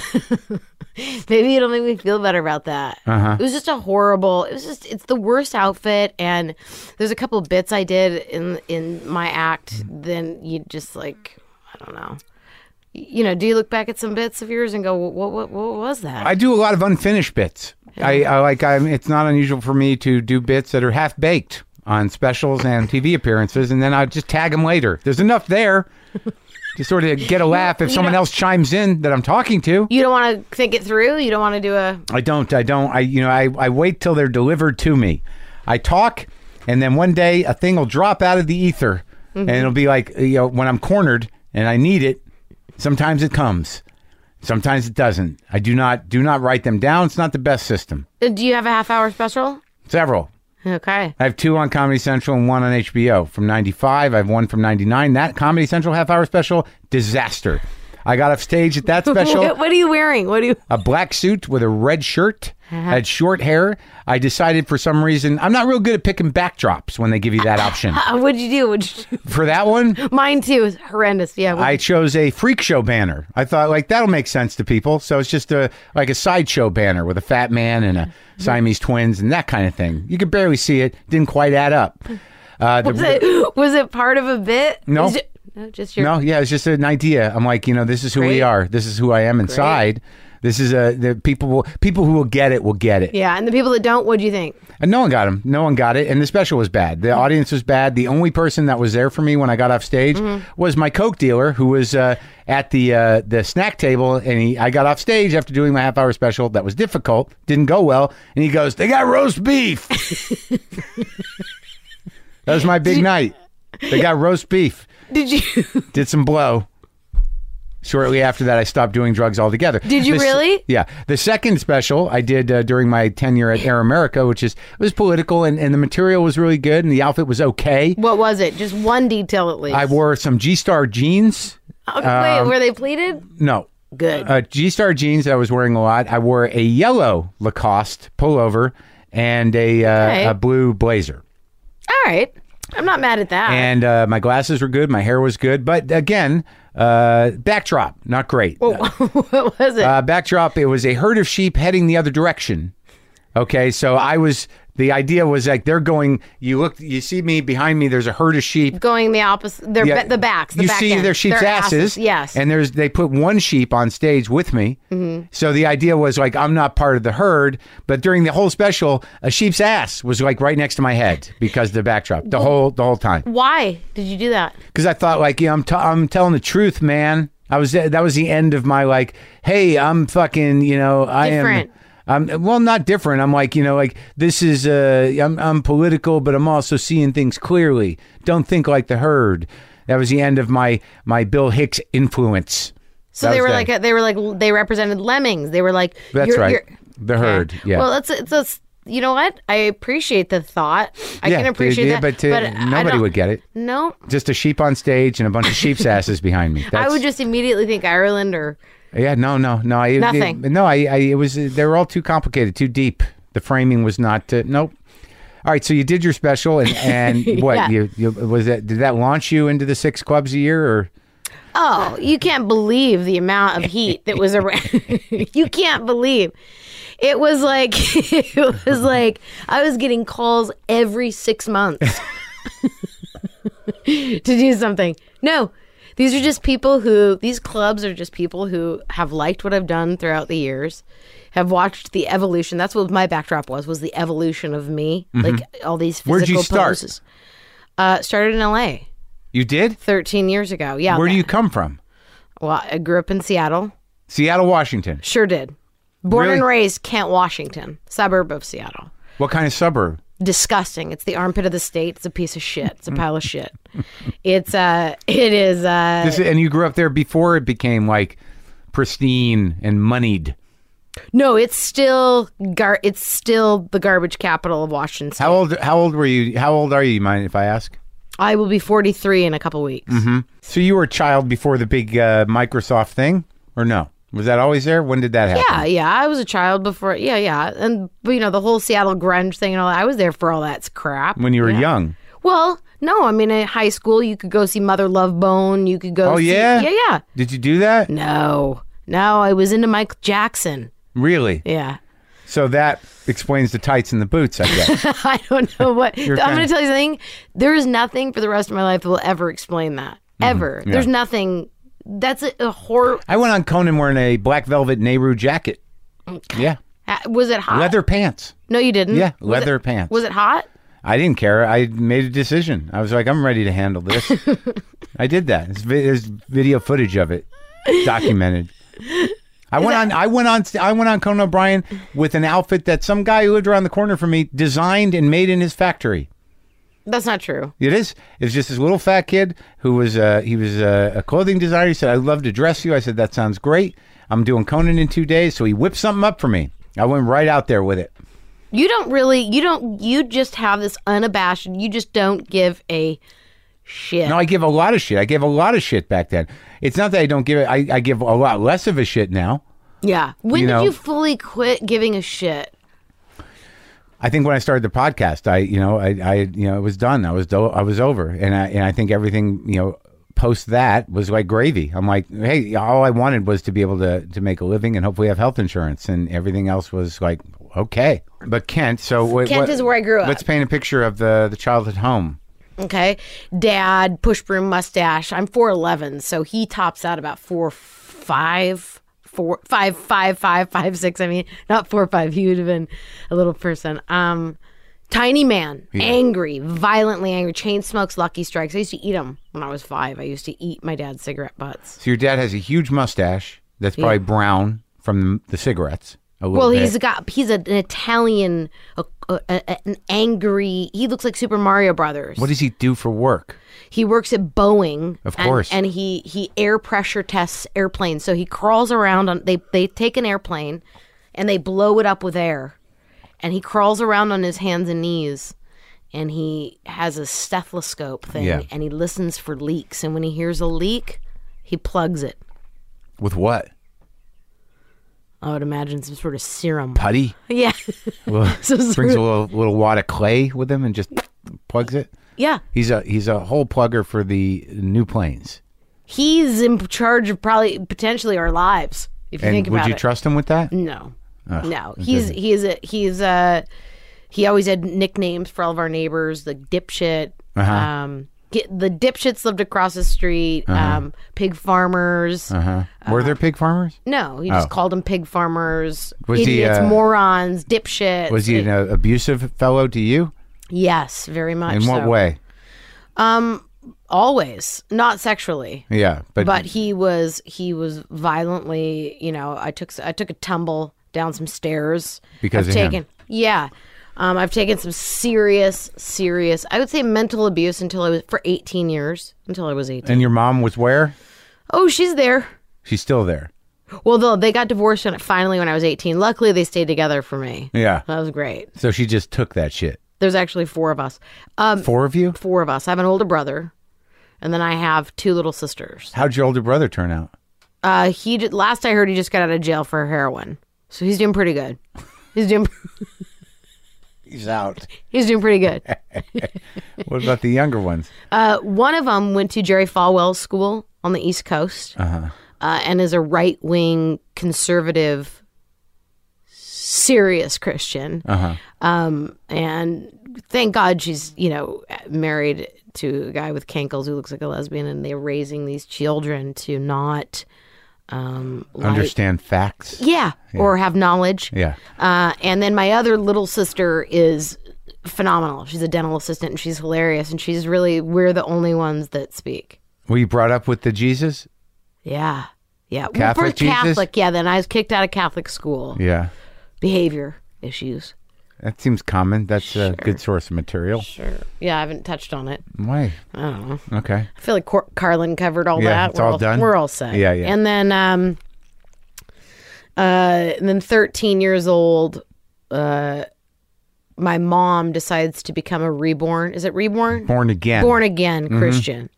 Speaker 3: maybe it'll make me feel better about that.
Speaker 1: Uh-huh.
Speaker 3: It was just a horrible. It was just it's the worst outfit, and there's a couple bits I did in in my act. Then you just like I don't know. You know, do you look back at some bits of yours and go, "What, what, what was that?"
Speaker 1: I do a lot of unfinished bits. I, I like. I'm, it's not unusual for me to do bits that are half baked on specials and TV appearances, and then I just tag them later. There's enough there to sort of get a laugh if someone
Speaker 3: know-
Speaker 1: else chimes in that I'm talking to.
Speaker 3: You don't want to think it through. You don't want to do a.
Speaker 1: I don't. I don't. I you know. I, I wait till they're delivered to me. I talk, and then one day a thing will drop out of the ether, and it'll be like you know when I'm cornered and I need it. Sometimes it comes, sometimes it doesn't. I do not do not write them down. It's not the best system.
Speaker 3: uh, Do you have a half hour special?
Speaker 1: Several.
Speaker 3: Okay.
Speaker 1: I have two on Comedy Central and one on HBO from 95. I have one from 99. That Comedy Central half hour special, disaster. I got off stage at that
Speaker 3: What,
Speaker 1: special,
Speaker 3: what are you wearing? What do you?
Speaker 1: a black suit with a red shirt, had short hair. I decided for some reason, I'm not real good at picking backdrops when they give you that option.
Speaker 3: Uh, what'd you do? What'd you do?
Speaker 1: For that one,
Speaker 3: Mine too is horrendous. Yeah.
Speaker 1: I chose a freak show banner. I thought like that'll make sense to people. So it's just a like a sideshow banner with a fat man and a Siamese twins and that kind of thing. You could barely see it. Didn't quite add up. Uh, the-
Speaker 3: was, it, was it part of a bit?
Speaker 1: No.
Speaker 3: Was it- no, just your.
Speaker 1: No, yeah, it's just an idea. I'm like, you know, this is who we
Speaker 3: Great.
Speaker 1: are. This is who I am inside. This is a the people will people who will get it will get it.
Speaker 3: Yeah, and the people that don't, what'd you think?
Speaker 1: And no one got him. No one got it. And the special was bad.
Speaker 3: Mm-hmm.
Speaker 1: The audience was bad. The only person that was there for me when I got off stage
Speaker 3: Mm-hmm.
Speaker 1: was my coke dealer, who was uh, at the uh, the snack table. And he, I got off stage after doing my half hour special. That was difficult. Didn't go well. And he goes, "They got roast beef." that was my big night. They got roast beef
Speaker 3: Did you?
Speaker 1: did some blow. Shortly after that, I stopped doing drugs altogether.
Speaker 3: Did you
Speaker 1: The s-
Speaker 3: really?
Speaker 1: Yeah. The second special I did uh, during my tenure at Air America, which is it was political and, and the material was really good and the outfit was okay.
Speaker 3: What was it? Just one detail at least.
Speaker 1: I um, wore some G Star jeans.
Speaker 3: Okay, wait, were they pleated?
Speaker 1: No.
Speaker 3: Good.
Speaker 1: Uh, G Star jeans I was wearing a lot. I wore a yellow Lacoste pullover and a, uh,
Speaker 3: Okay.
Speaker 1: a blue blazer.
Speaker 3: All right. I'm not mad at that.
Speaker 1: And uh, my glasses were good. My hair was good. But again, uh, backdrop, not great.
Speaker 3: what was it?
Speaker 1: uh, backdrop it was a herd of sheep heading the other direction okay so i was the idea was like they're going you look you see me behind me there's a herd of sheep
Speaker 3: Going the opposite. Their
Speaker 1: Yeah,
Speaker 3: ba- the backs. The
Speaker 1: you
Speaker 3: back
Speaker 1: see
Speaker 3: end,
Speaker 1: their sheep's asses,
Speaker 3: Yes. Mm-hmm.
Speaker 1: and there's they put one sheep on stage with me so the idea was like i'm not part of the herd but during the whole special a sheep's ass was like right next to my head because of the backdrop the whole the whole time
Speaker 3: Why did you do that?
Speaker 1: because I thought like, yeah, I'm t- I'm telling the truth, man. I was that was the end of my like, hey, I'm fucking, you know, I
Speaker 3: Different.
Speaker 1: am. I'm, well, not different. I'm like, you know, like this is, uh, I'm, I'm political, but I'm also seeing things clearly. Don't think like the herd. That was the end of my my Bill Hicks influence.
Speaker 3: So
Speaker 1: That
Speaker 3: they
Speaker 1: was
Speaker 3: were
Speaker 1: the-
Speaker 3: like a, they were like they represented lemmings. They were like
Speaker 1: That's
Speaker 3: you're-
Speaker 1: right.
Speaker 3: you're-
Speaker 1: The herd, yeah.
Speaker 3: Well, that's it's a s- you know what I appreciate the thought. I
Speaker 1: Yeah,
Speaker 3: can
Speaker 1: they-
Speaker 3: appreciate
Speaker 1: yeah,
Speaker 3: that,
Speaker 1: but, uh,
Speaker 3: I
Speaker 1: nobody
Speaker 3: don't-
Speaker 1: would get it.
Speaker 3: No,
Speaker 1: Just a sheep on stage and a bunch of sheep's asses behind me. That's,
Speaker 3: I would just immediately think Ireland or
Speaker 1: Yeah, no, no, no. I,
Speaker 3: Nothing.
Speaker 1: it- no, I, I. It was. They were all too complicated, too deep. The framing was not. Uh, nope. All right, so you did your special, and, and what
Speaker 3: Yeah.
Speaker 1: you, you was that? Did that launch you into the six clubs a year, or
Speaker 3: oh, you can't believe the amount of heat that was around. you can't believe It was like it was like I was getting calls every six months to do something. No. These are just people who these clubs are just people who have liked what I've done throughout the years, have watched the evolution. That's what my backdrop was, was the evolution of me. Like all these
Speaker 1: Mm-hmm.
Speaker 3: physical
Speaker 1: Where'd you start?
Speaker 3: poses. Uh started in LA
Speaker 1: You did?
Speaker 3: thirteen years ago. Oh, Yeah.
Speaker 1: Where do you come from?
Speaker 3: Well, I grew up in Seattle.
Speaker 1: Seattle, Washington.
Speaker 3: Sure did. Born and
Speaker 1: Really?
Speaker 3: raised Kent, Washington, suburb of Seattle.
Speaker 1: What kind of suburb?
Speaker 3: Disgusting. It's the armpit of the state. It's a piece of shit. It's a pile of shit. It's uh it is uh
Speaker 1: This, and you grew up there before it became like pristine and moneyed.
Speaker 3: no, it's still gar it's still the garbage capital of Washington state.
Speaker 1: How old? How old were you? How old are you? Mind if I ask?
Speaker 3: I will be 43 in a couple weeks.
Speaker 1: So you were a child before the big uh, Microsoft thing, or no? Was that always there? When did that happen?
Speaker 3: Yeah, yeah, I was a child before. Yeah, yeah. And but, you know, the whole Seattle grunge thing and all that. I was there for all that crap.
Speaker 1: When you were young.
Speaker 3: Well, no, I mean, in high school, you could go see Mother Love Bone. You could go.
Speaker 1: Oh,
Speaker 3: see-
Speaker 1: yeah?
Speaker 3: yeah, yeah.
Speaker 1: Did you do that?
Speaker 3: No, no, I was into Michael Jackson.
Speaker 1: Really?
Speaker 3: Yeah.
Speaker 1: So that explains the tights and the boots, I guess.
Speaker 3: I don't know what. I'm
Speaker 1: kinda-
Speaker 3: going to tell you something. There is nothing for the rest of my life that will ever explain that.
Speaker 1: Mm-hmm.
Speaker 3: Ever. There's nothing. That's a, a horror.
Speaker 1: I went on Conan wearing a black velvet Nehru jacket. Yeah.
Speaker 3: uh, Was it hot?
Speaker 1: Leather pants.
Speaker 3: No, you didn't.
Speaker 1: Yeah,
Speaker 3: Mm. Was
Speaker 1: leather
Speaker 3: it-
Speaker 1: pants.
Speaker 3: Was it hot?
Speaker 1: I didn't care. I made a decision. I was like, I'm ready to handle this. I did that. There's, vi- there's video footage of it documented. I went on. I went on. I went on Conan O'Brien with an outfit that some guy who lived around the corner from me designed and made in his factory.
Speaker 3: That's not true.
Speaker 1: It is. It was just this little fat kid who was uh, he was uh, a clothing designer. He said, "I'd love to dress you." I said, "That sounds great. I'm doing Conan in two days." So he whipped something up for me. I went right out there with it.
Speaker 3: You don't really. You don't. You just have this unabashed. You just don't give a shit.
Speaker 1: No, I give a lot of shit. I gave a lot of shit back then. It's not that I don't give it. I, I give a lot less of a shit now.
Speaker 3: yeah. When
Speaker 1: you
Speaker 3: did
Speaker 1: know-
Speaker 3: you fully quit giving a shit?
Speaker 1: I think when I started the podcast, I you know I, I you know it was done. I was do- I was over, and I and I think everything you know post that was like gravy. I'm like, hey, all I wanted was to be able to to make a living and hopefully have health insurance, and everything else was like okay. But Kent, so wait,
Speaker 3: Kent
Speaker 1: what-
Speaker 3: is where I grew up.
Speaker 1: Let's paint a picture of the the childhood home.
Speaker 3: Okay. Dad, push broom mustache. I'm 4'11, so he tops out about four five four five five five five six. I mean, not four five. He would have been a little person. Um, tiny man, angry, violently angry. Chain smokes, Lucky Strikes. I used to eat them when I was five. I used to eat my dad's cigarette butts.
Speaker 1: So your dad has a huge mustache that's probably brown from the cigarettes. A little
Speaker 3: Well,
Speaker 1: bit.
Speaker 3: he's got he's an Italian, a, a, a- an angry. He looks like Super Mario Brothers.
Speaker 1: What does he do for work?
Speaker 3: He works at Boeing,
Speaker 1: Of
Speaker 3: and-
Speaker 1: course.
Speaker 3: and, he he air pressure tests airplanes. So he crawls around on they they take an airplane, and they blow it up with air, and he crawls around on his hands and knees, and he has a stethoscope thing,
Speaker 1: Yeah.
Speaker 3: and he listens for leaks, and when he hears a leak, he plugs it.
Speaker 1: With what?
Speaker 3: I would imagine some sort of serum.
Speaker 1: Putty?
Speaker 3: Yeah,
Speaker 1: Well,
Speaker 3: Some
Speaker 1: brings
Speaker 3: sort
Speaker 1: a little little wad of clay with him and just plugs it.
Speaker 3: yeah.
Speaker 1: He's a he's a whole plugger for the new planes.
Speaker 3: He's in charge of probably potentially our lives. If you
Speaker 1: And
Speaker 3: think
Speaker 1: would
Speaker 3: about
Speaker 1: you
Speaker 3: it.
Speaker 1: trust him with that?
Speaker 3: No, no. He's he's a he's a he always had nicknames for all of our neighbors. The dipshit.
Speaker 1: Uh-huh.
Speaker 3: Um, get, the dipshits lived across the street. Um, pig farmers.
Speaker 1: Uh-huh. Were there pig farmers?
Speaker 3: No, he just called them pig farmers.
Speaker 1: Was he,
Speaker 3: idiots,
Speaker 1: uh,
Speaker 3: morons, dipshits.
Speaker 1: Was he an uh, abusive fellow to you?
Speaker 3: Yes, very much.
Speaker 1: In what
Speaker 3: so.
Speaker 1: way?
Speaker 3: Always, not sexually.
Speaker 1: Yeah, but,
Speaker 3: but he was he was violently you know i took s- i took a tumble down some stairs
Speaker 1: Because
Speaker 3: I've
Speaker 1: of him.
Speaker 3: taken yeah um, i've taken some serious serious i would say mental abuse until i was for 18 years until i was 18
Speaker 1: and your mom was where?
Speaker 3: oh she's there
Speaker 1: She's still there.
Speaker 3: well though they got divorced when, finally when i was 18 luckily they stayed together for me
Speaker 1: Yeah.
Speaker 3: that was great
Speaker 1: So she just took that shit.
Speaker 3: there's actually four of us um,
Speaker 1: Four of you?
Speaker 3: four of us i have an older brother and then i have two little sisters
Speaker 1: How'd your older brother turn out?
Speaker 3: Uh, he did, last I heard, he just got out of jail for heroin, so he's doing pretty good. He's doing
Speaker 1: He's out.
Speaker 3: he's doing pretty good.
Speaker 1: what about the younger ones?
Speaker 3: Uh, one of them went to Jerry Falwell's school on the East Coast, uh and is a right wing conservative serious Christian. Um, and thank God she's, you know, married to a guy with cankles who looks like a lesbian, and they're raising these children to not um, like-
Speaker 1: Understand facts.
Speaker 3: yeah, or have knowledge.
Speaker 1: Yeah.
Speaker 3: Uh, and then my other little sister is phenomenal. She's a dental assistant and she's hilarious. And she's really, we're the only ones that speak.
Speaker 1: Were you brought up with the Jesus?
Speaker 3: Yeah. Yeah.
Speaker 1: Catholic
Speaker 3: first
Speaker 1: Jesus?
Speaker 3: Catholic. Yeah. Then I was kicked out of Catholic school.
Speaker 1: Yeah.
Speaker 3: Behavior issues.
Speaker 1: That seems common. That's a good source of material.
Speaker 3: Sure. Yeah. I haven't touched on it.
Speaker 1: Why?
Speaker 3: I don't know.
Speaker 1: Okay.
Speaker 3: I feel like Cor- Carlin covered all
Speaker 1: Yeah,
Speaker 3: that.
Speaker 1: it's
Speaker 3: we're
Speaker 1: all done.
Speaker 3: We're all set.
Speaker 1: Yeah, yeah.
Speaker 3: And then, um, uh, and then 13 years old, uh, my mom decides to become a reborn. Is it reborn?
Speaker 1: Born again.
Speaker 3: Born again
Speaker 1: Mm-hmm.
Speaker 3: Christian.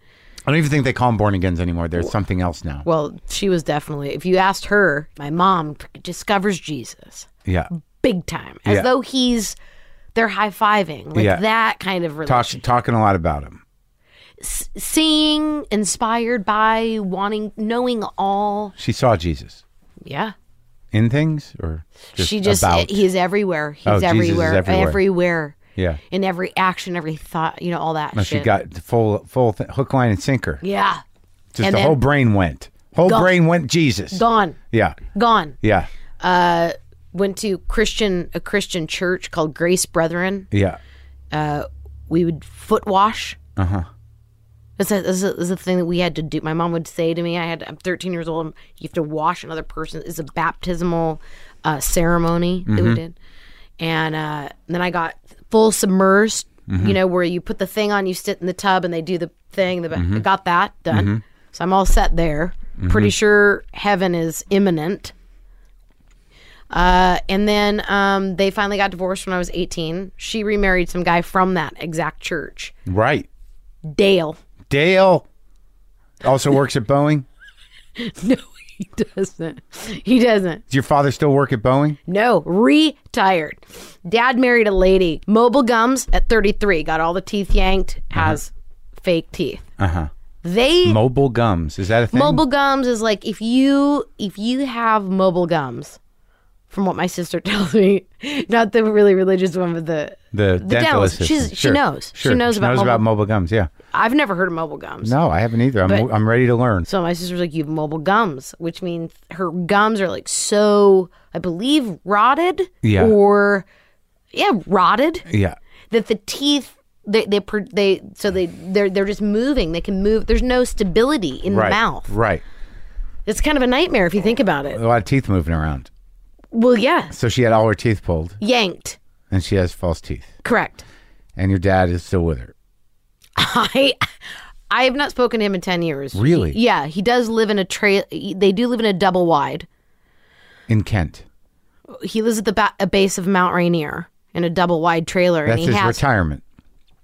Speaker 1: I don't even think they call them born agains anymore. There's something else now.
Speaker 3: Well, she was definitely. If you asked her, my mom discovers Jesus
Speaker 1: Yeah.
Speaker 3: big time, as
Speaker 1: Yeah.
Speaker 3: though he's. They're high fiving, like
Speaker 1: Yeah.
Speaker 3: that kind of
Speaker 1: Talk,
Speaker 3: relationship.
Speaker 1: talking a lot about him.
Speaker 3: Seeing, inspired by, wanting, knowing all.
Speaker 1: She saw Jesus
Speaker 3: Yeah.
Speaker 1: in things or just
Speaker 3: she just eh,
Speaker 1: about.
Speaker 3: he's everywhere he's
Speaker 1: Oh, Jesus is
Speaker 3: everywhere,
Speaker 1: everywhere.
Speaker 3: everywhere.
Speaker 1: Yeah.
Speaker 3: in every action every thought you know all that
Speaker 1: No,
Speaker 3: shit
Speaker 1: she got the full full th- hook, line, and sinker.
Speaker 3: yeah
Speaker 1: Just
Speaker 3: And
Speaker 1: the
Speaker 3: then-
Speaker 1: whole brain went. Whole
Speaker 3: Gone.
Speaker 1: brain went Jesus.
Speaker 3: gone
Speaker 1: Yeah.
Speaker 3: gone
Speaker 1: Yeah.
Speaker 3: went to christian a christian church called grace brethren
Speaker 1: Yeah.
Speaker 3: we would foot wash uh-huh that's a, that's, a, that's a thing that we had to do. My mom would say to me, "I had I'm 13 years old. You have to wash another person. It's a baptismal uh, ceremony that we did." And uh, then I got full submerged. You know, where you put the thing on, you sit in the tub, and they do the thing. The ba- I got that done, so I'm all set there. Pretty sure heaven is imminent. Uh, and then um, they finally got divorced when I was 18. She remarried some guy from that exact church,
Speaker 1: Right.
Speaker 3: Dale.
Speaker 1: Dale also works at Boeing.
Speaker 3: No, he doesn't. He doesn't.
Speaker 1: Does your father still work at Boeing?
Speaker 3: No, retired. Dad married a lady, mobile gums at 33, got all the teeth yanked, has fake teeth. Uh huh. They
Speaker 1: Uh-huh. Mobile gums. Is that a thing?
Speaker 3: mobile gums is like if you if you have mobile gums, from what my sister tells me, not the really religious one, but the
Speaker 1: The, dental
Speaker 3: dentalist. She's-
Speaker 1: assistant.
Speaker 3: she knows. She knows about
Speaker 1: knows
Speaker 3: mobile-
Speaker 1: about mobile gums. Yeah.
Speaker 3: I've never heard of mobile gums.
Speaker 1: No, I haven't either. I'm,
Speaker 3: But-
Speaker 1: I'm ready to learn.
Speaker 3: So my sister's like, "You have mobile gums," which means her gums are like so, I believe, rotted.
Speaker 1: Yeah.
Speaker 3: Or, yeah, rotted.
Speaker 1: Yeah.
Speaker 3: That the teeth they they pr- they so they they're they're just moving. They can move. There's no stability in
Speaker 1: Right.
Speaker 3: the mouth.
Speaker 1: Right.
Speaker 3: It's kind of a nightmare if you think about it.
Speaker 1: A lot of teeth moving around.
Speaker 3: Well, yeah,
Speaker 1: So she had all her teeth pulled
Speaker 3: yanked.
Speaker 1: and she has false teeth.
Speaker 3: Correct.
Speaker 1: And your dad is still with her.
Speaker 3: I I have not spoken to him in ten years.
Speaker 1: Really?
Speaker 3: He- yeah, he does live in a trail. They do live in a double wide.
Speaker 1: In Kent.
Speaker 3: He lives at the ba- a base of Mount Rainier in a double wide trailer,
Speaker 1: That's
Speaker 3: and he
Speaker 1: his
Speaker 3: has
Speaker 1: retirement.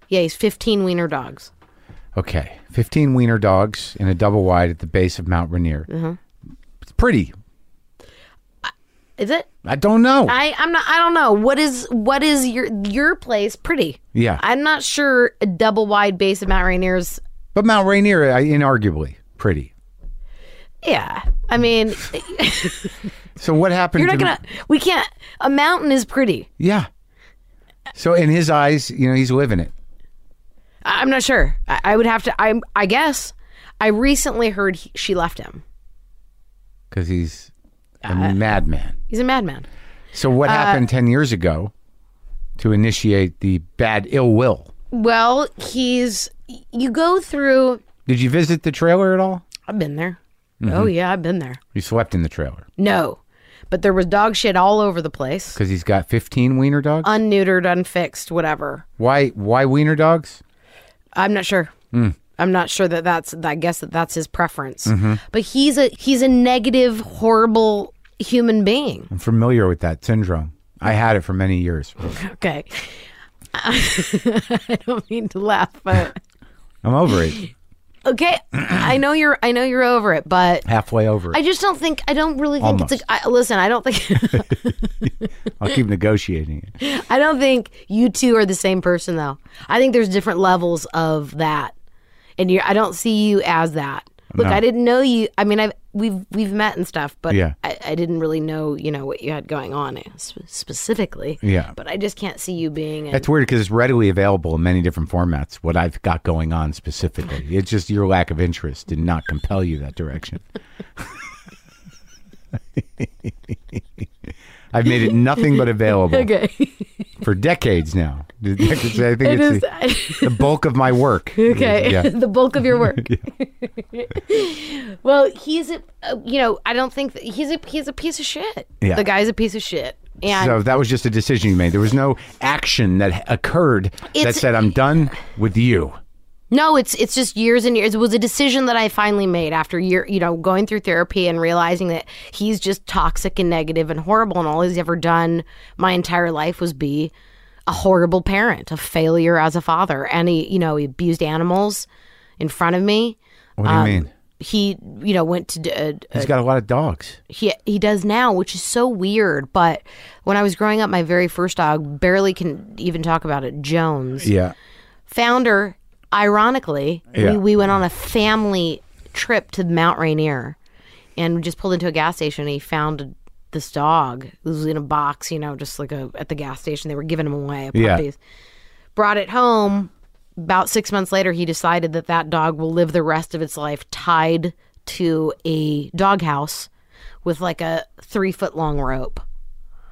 Speaker 3: Yeah, he's 15 wiener dogs.
Speaker 1: Okay. 15 wiener dogs in a double wide at the base of Mount Rainier.
Speaker 3: Uh-huh.
Speaker 1: It's pretty.
Speaker 3: Is it?
Speaker 1: I don't know.
Speaker 3: I I'm not I don't know. What is what is your your place pretty?
Speaker 1: Yeah.
Speaker 3: I'm not sure a double wide base of Mount Rainier's
Speaker 1: but Mount Rainier, I- inarguably pretty.
Speaker 3: yeah. I mean,
Speaker 1: So what happened
Speaker 3: you're
Speaker 1: to
Speaker 3: not going to we can't a mountain is pretty.
Speaker 1: Yeah. So in his eyes, you know, he's living it.
Speaker 3: I, I'm not sure. I, I would have to I I guess I recently heard he, she left him.
Speaker 1: because he's a
Speaker 3: Uh,
Speaker 1: madman.
Speaker 3: He's a madman.
Speaker 1: So
Speaker 3: uh,
Speaker 1: what happened ten years ago to initiate the bad ill will?
Speaker 3: Well, he's you go through
Speaker 1: Did you visit the trailer at all?
Speaker 3: I've been there. Oh yeah, I've been there.
Speaker 1: You slept in the trailer
Speaker 3: No. But there was dog shit all over the place.
Speaker 1: because he's got fifteen wiener dogs.
Speaker 3: unneutered, unfixed, whatever.
Speaker 1: why? Why wiener dogs?
Speaker 3: I'm not sure. I'm not sure that that's. I guess that that's his preference. But he's a he's a negative, horrible human being.
Speaker 1: I'm familiar with that syndrome. I had it for many years.
Speaker 3: Okay. I don't mean to laugh, but
Speaker 1: I'm over it,
Speaker 3: okay. I know you're. I know you're over it, but
Speaker 1: halfway over it.
Speaker 3: I just don't think. I don't really think it's. A, I, listen, I don't think.
Speaker 1: I'll keep negotiating it.
Speaker 3: I don't think you two are the same person, though. I think there's different levels of that, and you. I don't see you as that. Look,
Speaker 1: No.
Speaker 3: I didn't know you. I mean, I've we've we've met and stuff, but
Speaker 1: Yeah.
Speaker 3: I, I didn't really know you know what you had going on eh, sp- specifically.
Speaker 1: Yeah.
Speaker 3: but I just can't see you being. A,
Speaker 1: That's weird because it's readily available in many different formats. What I've got going on specifically, it's just your lack of interest did not compel you that direction. I've made it nothing but available
Speaker 3: okay,
Speaker 1: for decades now. I think
Speaker 3: it
Speaker 1: it's
Speaker 3: is
Speaker 1: the, the bulk of my work.
Speaker 3: okay.
Speaker 1: Yeah.
Speaker 3: the bulk of your work. well, he's a uh, you know I don't think that, he's a he's a piece of shit.
Speaker 1: Yeah.
Speaker 3: the guy's a piece of shit, and
Speaker 1: so that was just a decision you made. There was no action that occurred that
Speaker 3: It's-
Speaker 1: said, "I'm done with you."
Speaker 3: No, it's it's just years and years. It was a decision that I finally made after year, you know, going through therapy and realizing that he's just toxic and negative and horrible, and all he's ever done my entire life was be a horrible parent, a failure as a father, and he, you know, he abused animals in front of me.
Speaker 1: What do you mean?
Speaker 3: He, you know, went to d- uh, Um, uh,
Speaker 1: He's got a lot of dogs.
Speaker 3: he he does now, which is so weird. But when I was growing up, my very first dog barely can even talk about it. Jones
Speaker 1: Yeah.
Speaker 3: found her ironically
Speaker 1: Yeah.
Speaker 3: we, we went on a family trip to mount rainier and we just pulled into a gas station and he found a, this dog who was in a box you know just like a at the gas station they were giving him away
Speaker 1: Yeah.
Speaker 3: puppies brought it home about six months later he decided that that dog will live the rest of its life tied to a doghouse with like a three foot long rope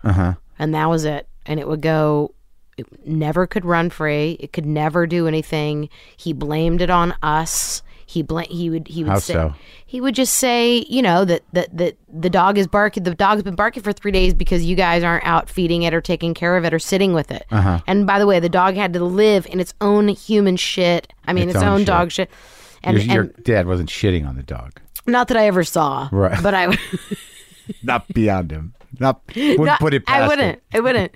Speaker 1: Uh-huh.
Speaker 3: and that was it. And it would go, it never could run free. It could never do anything. He blamed it on us. He bla- he would he would
Speaker 1: How
Speaker 3: say
Speaker 1: so?
Speaker 3: he would just say you know that that that the dog is barking the dog's been barking for three days because you guys aren't out feeding it or taking care of it or sitting with it.
Speaker 1: Uh-huh.
Speaker 3: And by the way, the dog had to live in its own human shit. I mean,
Speaker 1: Its
Speaker 3: its,
Speaker 1: own
Speaker 3: own,
Speaker 1: shit.
Speaker 3: dog shit. And,
Speaker 1: your, your
Speaker 3: and
Speaker 1: dad wasn't shitting on the dog.
Speaker 3: not that I ever saw,
Speaker 1: Right.
Speaker 3: but I.
Speaker 1: Not beyond him. Not wouldn't
Speaker 3: not-
Speaker 1: put it. Past
Speaker 3: I
Speaker 1: him.
Speaker 3: wouldn't. I wouldn't.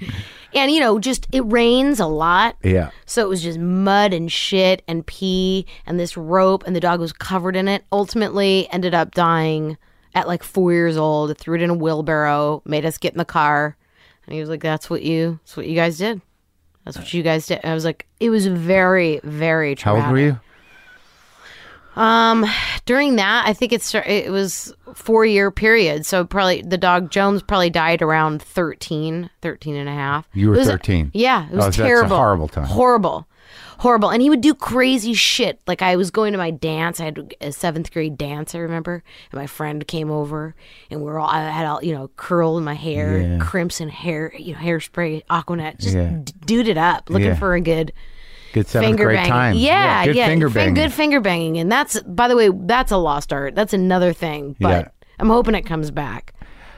Speaker 3: And you know, just it rains a lot.
Speaker 1: Yeah.
Speaker 3: So it was just mud and shit and pee and this rope, and the dog was covered in it. Ultimately, ended up dying at like four years old. Threw it in a wheelbarrow, made us get in the car, and he was like, "That's what you. That's what you guys did. That's what you guys did." And I was like, "It was very, very
Speaker 1: How
Speaker 3: traumatic."
Speaker 1: old were you?
Speaker 3: During that, I think it's it was four year period. So probably the dog Jones probably died around 13, 13 and a half.
Speaker 1: You were
Speaker 3: It was-
Speaker 1: 13.
Speaker 3: Yeah, it was
Speaker 1: Oh, so that's a
Speaker 3: terrible.
Speaker 1: horrible time.
Speaker 3: Horrible. Horrible. And he would do crazy shit. Like I was going to my dance. I had a seventh grade dance, I remember. And my friend came over and we were all, I had all, you know, curl in my hair,
Speaker 1: Yeah.
Speaker 3: crimson hair, you know, hairspray, aquanet, just
Speaker 1: Yeah.
Speaker 3: d- dude it up, looking
Speaker 1: Yeah.
Speaker 3: for a good
Speaker 1: Good seventh
Speaker 3: finger
Speaker 1: grade
Speaker 3: banging.
Speaker 1: time.
Speaker 3: Yeah, yeah,
Speaker 1: Good finger
Speaker 3: fin-
Speaker 1: banging.
Speaker 3: Good finger banging, and that's by the way, that's a lost art. That's another thing, but
Speaker 1: Yeah.
Speaker 3: I'm hoping it comes back.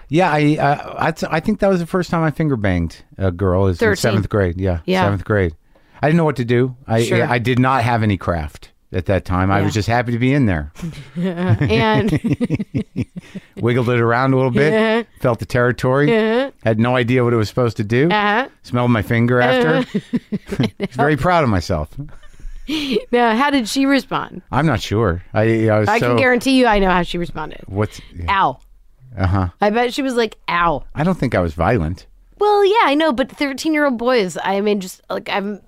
Speaker 1: Yeah, I, uh, I I think that was the first time I finger banged a girl. Is in
Speaker 3: 13.
Speaker 1: seventh grade. Yeah,
Speaker 3: Yeah.
Speaker 1: seventh grade. I didn't know what to do. I
Speaker 3: Sure.
Speaker 1: I did not have any craft at that time. I
Speaker 3: Yeah.
Speaker 1: was just happy to be in there.
Speaker 3: And
Speaker 1: Wiggled it around a little bit.
Speaker 3: Uh-huh.
Speaker 1: Felt the territory. Had no idea what it was supposed to do.
Speaker 3: uh,
Speaker 1: Smelled my finger after.
Speaker 3: Uh-huh.
Speaker 1: I was very proud of myself.
Speaker 3: now, how did she respond?
Speaker 1: I'm not sure. I, I was
Speaker 3: I
Speaker 1: so
Speaker 3: can guarantee you, I know how she responded.
Speaker 1: what's
Speaker 3: Ow!
Speaker 1: uh huh.
Speaker 3: I bet she was like, "Ow."
Speaker 1: I don't think I was violent.
Speaker 3: Well, yeah, I know, but 13 year old boys, I mean, just like I'm,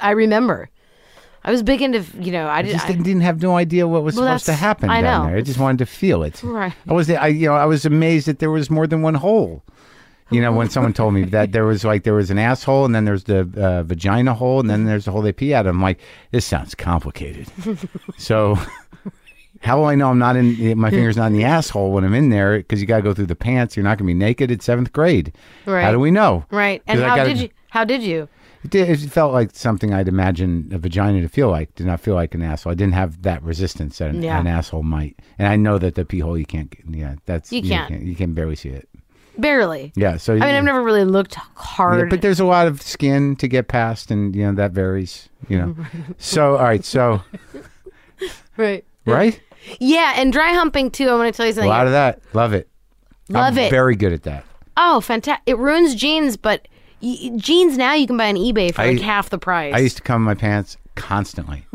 Speaker 3: I remember, I was big into, you know, I
Speaker 1: I
Speaker 3: did.
Speaker 1: just
Speaker 3: I,
Speaker 1: didn't, didn't have no idea what was
Speaker 3: Well,
Speaker 1: supposed to
Speaker 3: that's-
Speaker 1: happen
Speaker 3: I
Speaker 1: down
Speaker 3: know.
Speaker 1: there. I just wanted to feel it.
Speaker 3: Right.
Speaker 1: I was I you know I was amazed that there was more than one hole. You know, when someone told me that there was like there was an asshole, and then there's the uh, vagina hole, and then there's the hole they pee out of. I'm like, this sounds complicated. so, how will I know I'm not in eh, my fingers not in the asshole when I'm in there? Because you got to go through the pants. You're not going to be naked at seventh grade. How
Speaker 3: Right.
Speaker 1: do we know?
Speaker 3: right. And
Speaker 1: 'Cause I
Speaker 3: how
Speaker 1: gotta-
Speaker 3: did you? How did you?
Speaker 1: it, did, it felt like something I'd imagine a vagina to feel like. Did not feel like an asshole. I didn't have that resistance that an,
Speaker 3: Yeah.
Speaker 1: an asshole might. And I know that the pee hole you can't. get- Yeah, that's
Speaker 3: You can't.
Speaker 1: You, can barely see it.
Speaker 3: Barely.
Speaker 1: Yeah. So
Speaker 3: I mean, I've never really looked hard.
Speaker 1: but there's a lot of skin to get past, and you know that varies. You know. so all right. So
Speaker 3: right.
Speaker 1: right.
Speaker 3: Yeah, and dry humping too. I want to tell you
Speaker 1: A
Speaker 3: something.
Speaker 1: lot of that. Love it.
Speaker 3: Love
Speaker 1: I'm
Speaker 3: it.
Speaker 1: Very good at that.
Speaker 3: oh, fantastic! It ruins jeans, but y- y- jeans now you can buy on eBay for
Speaker 1: I-
Speaker 3: like half the price.
Speaker 1: I used to come in my pants constantly.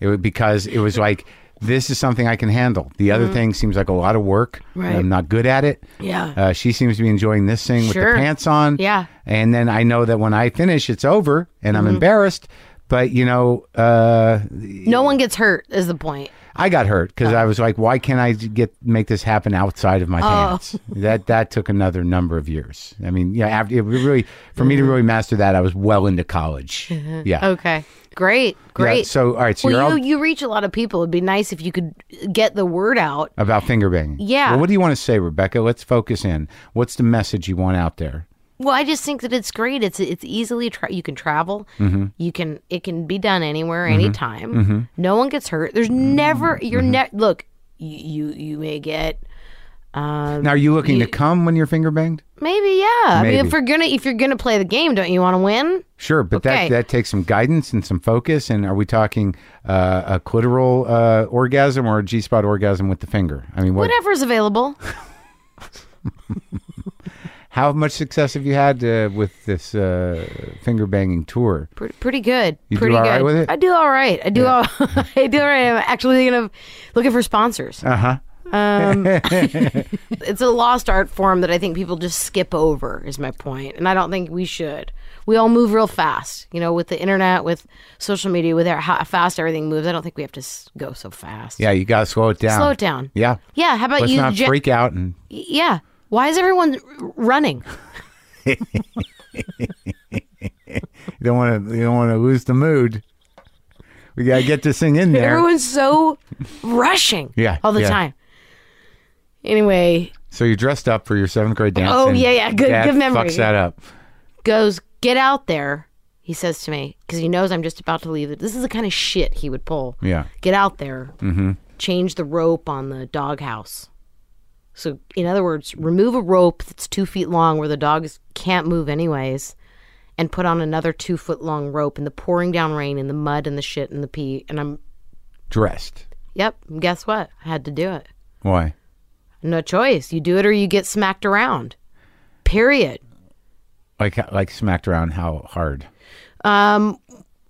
Speaker 1: it would, because it was like this is something I can handle. The other thing seems like a lot of work. and
Speaker 3: Mm-hmm. Right.
Speaker 1: I'm not good at it.
Speaker 3: Yeah.
Speaker 1: Uh, she seems to be enjoying this thing with
Speaker 3: Sure.
Speaker 1: the pants on.
Speaker 3: Yeah. Mm-hmm.
Speaker 1: And then I know that when I finish, it's over, and I'm embarrassed. But you know, uh,
Speaker 3: no one gets hurt is the point.
Speaker 1: I got hurt because
Speaker 3: Oh.
Speaker 1: I was like, why can't I get make this happen outside of my
Speaker 3: Oh.
Speaker 1: pants? That that took another number of years. I mean, yeah, after it really for
Speaker 3: Mm-hmm.
Speaker 1: me to really master that, I was well into college. Yeah.
Speaker 3: Okay. Great. Oh, Great.
Speaker 1: Yeah, so all right, so
Speaker 3: well,
Speaker 1: you're
Speaker 3: you
Speaker 1: all
Speaker 3: you reach a lot of people. It'd be nice if you could get the word out.
Speaker 1: about finger banging.
Speaker 3: Yeah.
Speaker 1: Well, what do you want to say, Rebecca? Let's focus in. What's the message you want out there?
Speaker 3: Well, I just think that it's great. It's it's easily tra- you can travel.
Speaker 1: Mm-hmm.
Speaker 3: You can it can be done anywhere, anytime. No one gets hurt. There's never
Speaker 1: Mm-hmm.
Speaker 3: you're ne- look. You, you you may get
Speaker 1: Now, are you looking to come when you're finger banged?
Speaker 3: maybe yeah. I mean,
Speaker 1: Maybe.
Speaker 3: if you're gonna if you're gonna play the game, don't you want to win?
Speaker 1: Sure, but
Speaker 3: Okay.
Speaker 1: that that takes some guidance and some focus. And are we talking uh, a clitoral uh, orgasm or a G spot orgasm with the finger? I mean, what,
Speaker 3: Whatever's available.
Speaker 1: how much success have you had uh, with this uh, finger banging tour?
Speaker 3: Pre- pretty good.
Speaker 1: You do
Speaker 3: pretty
Speaker 1: all
Speaker 3: good.
Speaker 1: right with it?
Speaker 3: I do all right. I do all. I do all right. I'm actually thinking of looking for sponsors.
Speaker 1: Uh huh.
Speaker 3: It's a lost art form that I think people just skip over. Is my point, and I don't think we should. We all move real fast, you know, with the internet, with social media, with our, how fast everything moves. I don't think we have to s- go so fast.
Speaker 1: Yeah, you gotta slow it down.
Speaker 3: Slow it down.
Speaker 1: Yeah.
Speaker 3: Yeah. How about
Speaker 1: Let's
Speaker 3: you?
Speaker 1: not
Speaker 3: Ja-
Speaker 1: freak out and
Speaker 3: yeah. Why is everyone r- running?
Speaker 1: you don't want to you don't want to lose the mood. We gotta get this thing in there.
Speaker 3: Everyone's so rushing.
Speaker 1: Yeah,
Speaker 3: All the
Speaker 1: yeah.
Speaker 3: time. Anyway,
Speaker 1: so you dressed up for your seventh grade dance.
Speaker 3: Oh,
Speaker 1: and
Speaker 3: yeah, yeah, good-
Speaker 1: that
Speaker 3: good memory.
Speaker 1: Fucks that up.
Speaker 3: goes, Get out there, he says to me, because he knows I'm just about to leave. This is the kind of shit he would pull.
Speaker 1: Yeah.
Speaker 3: Get out there, mm-hmm. change the rope on the doghouse. So, in other words, remove a rope that's two feet long where the dogs can't move, anyways, and put on another two foot long rope in the pouring down rain and the mud and the shit and the pee. And I'm,
Speaker 1: Dressed.
Speaker 3: yep, and guess what? I had to do it.
Speaker 1: Why?
Speaker 3: No choice. You do it or you get smacked around. Period.
Speaker 1: Like like smacked around how hard?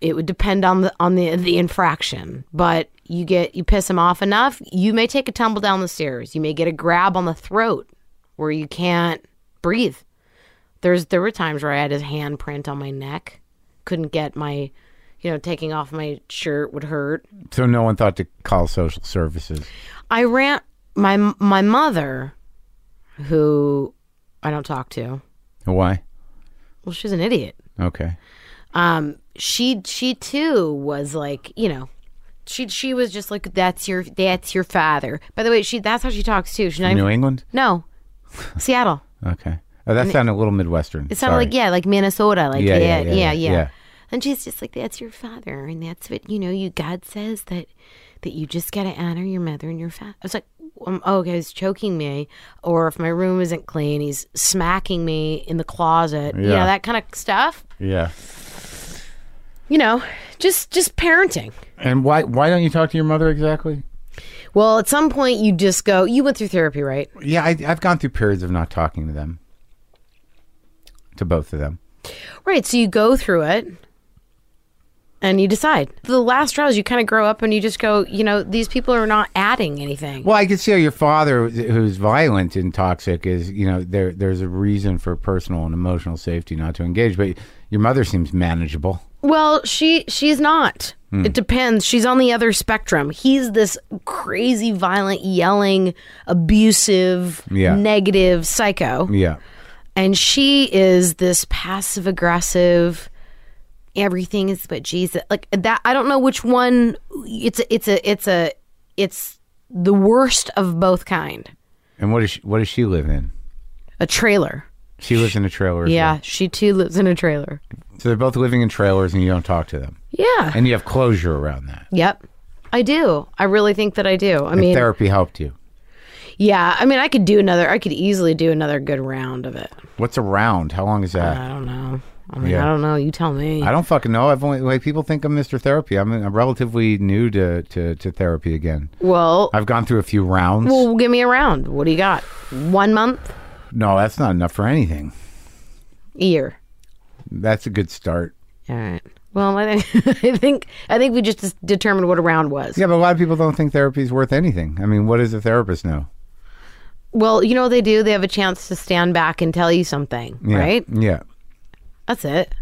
Speaker 3: it would depend on the on the the infraction but you get you piss him off enough you may take a tumble down the stairs you may get a grab on the throat where you can't breathe there's there were times where i had his handprint on my neck couldn't get my you know taking off my shirt would hurt
Speaker 1: So no one thought to call social services.
Speaker 3: i ran my my mother who i don't talk to
Speaker 1: Why?
Speaker 3: well she's an idiot
Speaker 1: Okay.
Speaker 3: Um, she she too was like you know she she was just like that's your that's your father by the way she that's how she talks too she's not
Speaker 1: New
Speaker 3: even,
Speaker 1: England?
Speaker 3: no seattle
Speaker 1: Okay. Oh, that sounded a little Midwestern.
Speaker 3: it sounded like yeah like minnesota like
Speaker 1: Yeah,
Speaker 3: yeah
Speaker 1: yeah,
Speaker 3: yeah
Speaker 1: yeah,
Speaker 3: yeah,
Speaker 1: yeah, yeah.
Speaker 3: and she's just like that's your father and that's what you know you god says that that you just gotta honor your mother and your father i was like um, oh, okay, he's choking me, or if my room isn't clean, he's smacking me in the closet. You
Speaker 1: Yeah.
Speaker 3: know that kind of stuff.
Speaker 1: Yeah.
Speaker 3: You know, just just parenting.
Speaker 1: And why why don't you talk to your mother exactly?
Speaker 3: Well, at some point you just go. You went through therapy, right?
Speaker 1: Yeah, I, I've gone through periods of not talking to them, to both of them.
Speaker 3: Right. So you go through it, and you decide. The last straw is you kind of grow up, and you just go. You know, these people are not adding anything.
Speaker 1: Well, I can see how your father, who's violent and toxic, is you know there. There's a reason for personal and emotional safety not to engage, but your mother seems manageable.
Speaker 3: Well, she she's not. It depends. She's on the other spectrum. He's this crazy, violent, yelling, abusive,
Speaker 1: Yeah.
Speaker 3: negative psycho.
Speaker 1: Yeah,
Speaker 3: and she is this passive aggressive everything is but jesus like that i don't know which one it's a, it's a it's a it's the worst of both kind
Speaker 1: and what does she, what does she live in?
Speaker 3: a trailer
Speaker 1: She lives in a trailer. as
Speaker 3: yeah she too lives in a trailer
Speaker 1: well. So they're both living in trailers, and you don't talk to them,
Speaker 3: yeah
Speaker 1: and you have closure around that.
Speaker 3: yep i do i really think that i do i mean
Speaker 1: Therapy helped you.
Speaker 3: yeah i mean i could do another i could easily do another good round of it
Speaker 1: What's a round? How long is that?
Speaker 3: i don't know i mean
Speaker 1: Yeah.
Speaker 3: i don't know you tell me
Speaker 1: I don't fucking know. I've only like people think I'm Mr. Therapy. I'm, I'm relatively new to, to, to therapy again.
Speaker 3: well
Speaker 1: I've gone through a few rounds.
Speaker 3: well give me a round what do you got one month
Speaker 1: no, that's not enough for anything.
Speaker 3: year
Speaker 1: That's a good start.
Speaker 3: All right. Well, I think I think I think we just dis- determined what a round was.
Speaker 1: Yeah, but a lot of people don't think therapy is worth anything. I mean, what does a therapist know?
Speaker 3: Well, you know what they do? They have a chance to stand back and tell you something,
Speaker 1: Yeah.
Speaker 3: right?
Speaker 1: Yeah.
Speaker 3: That's it.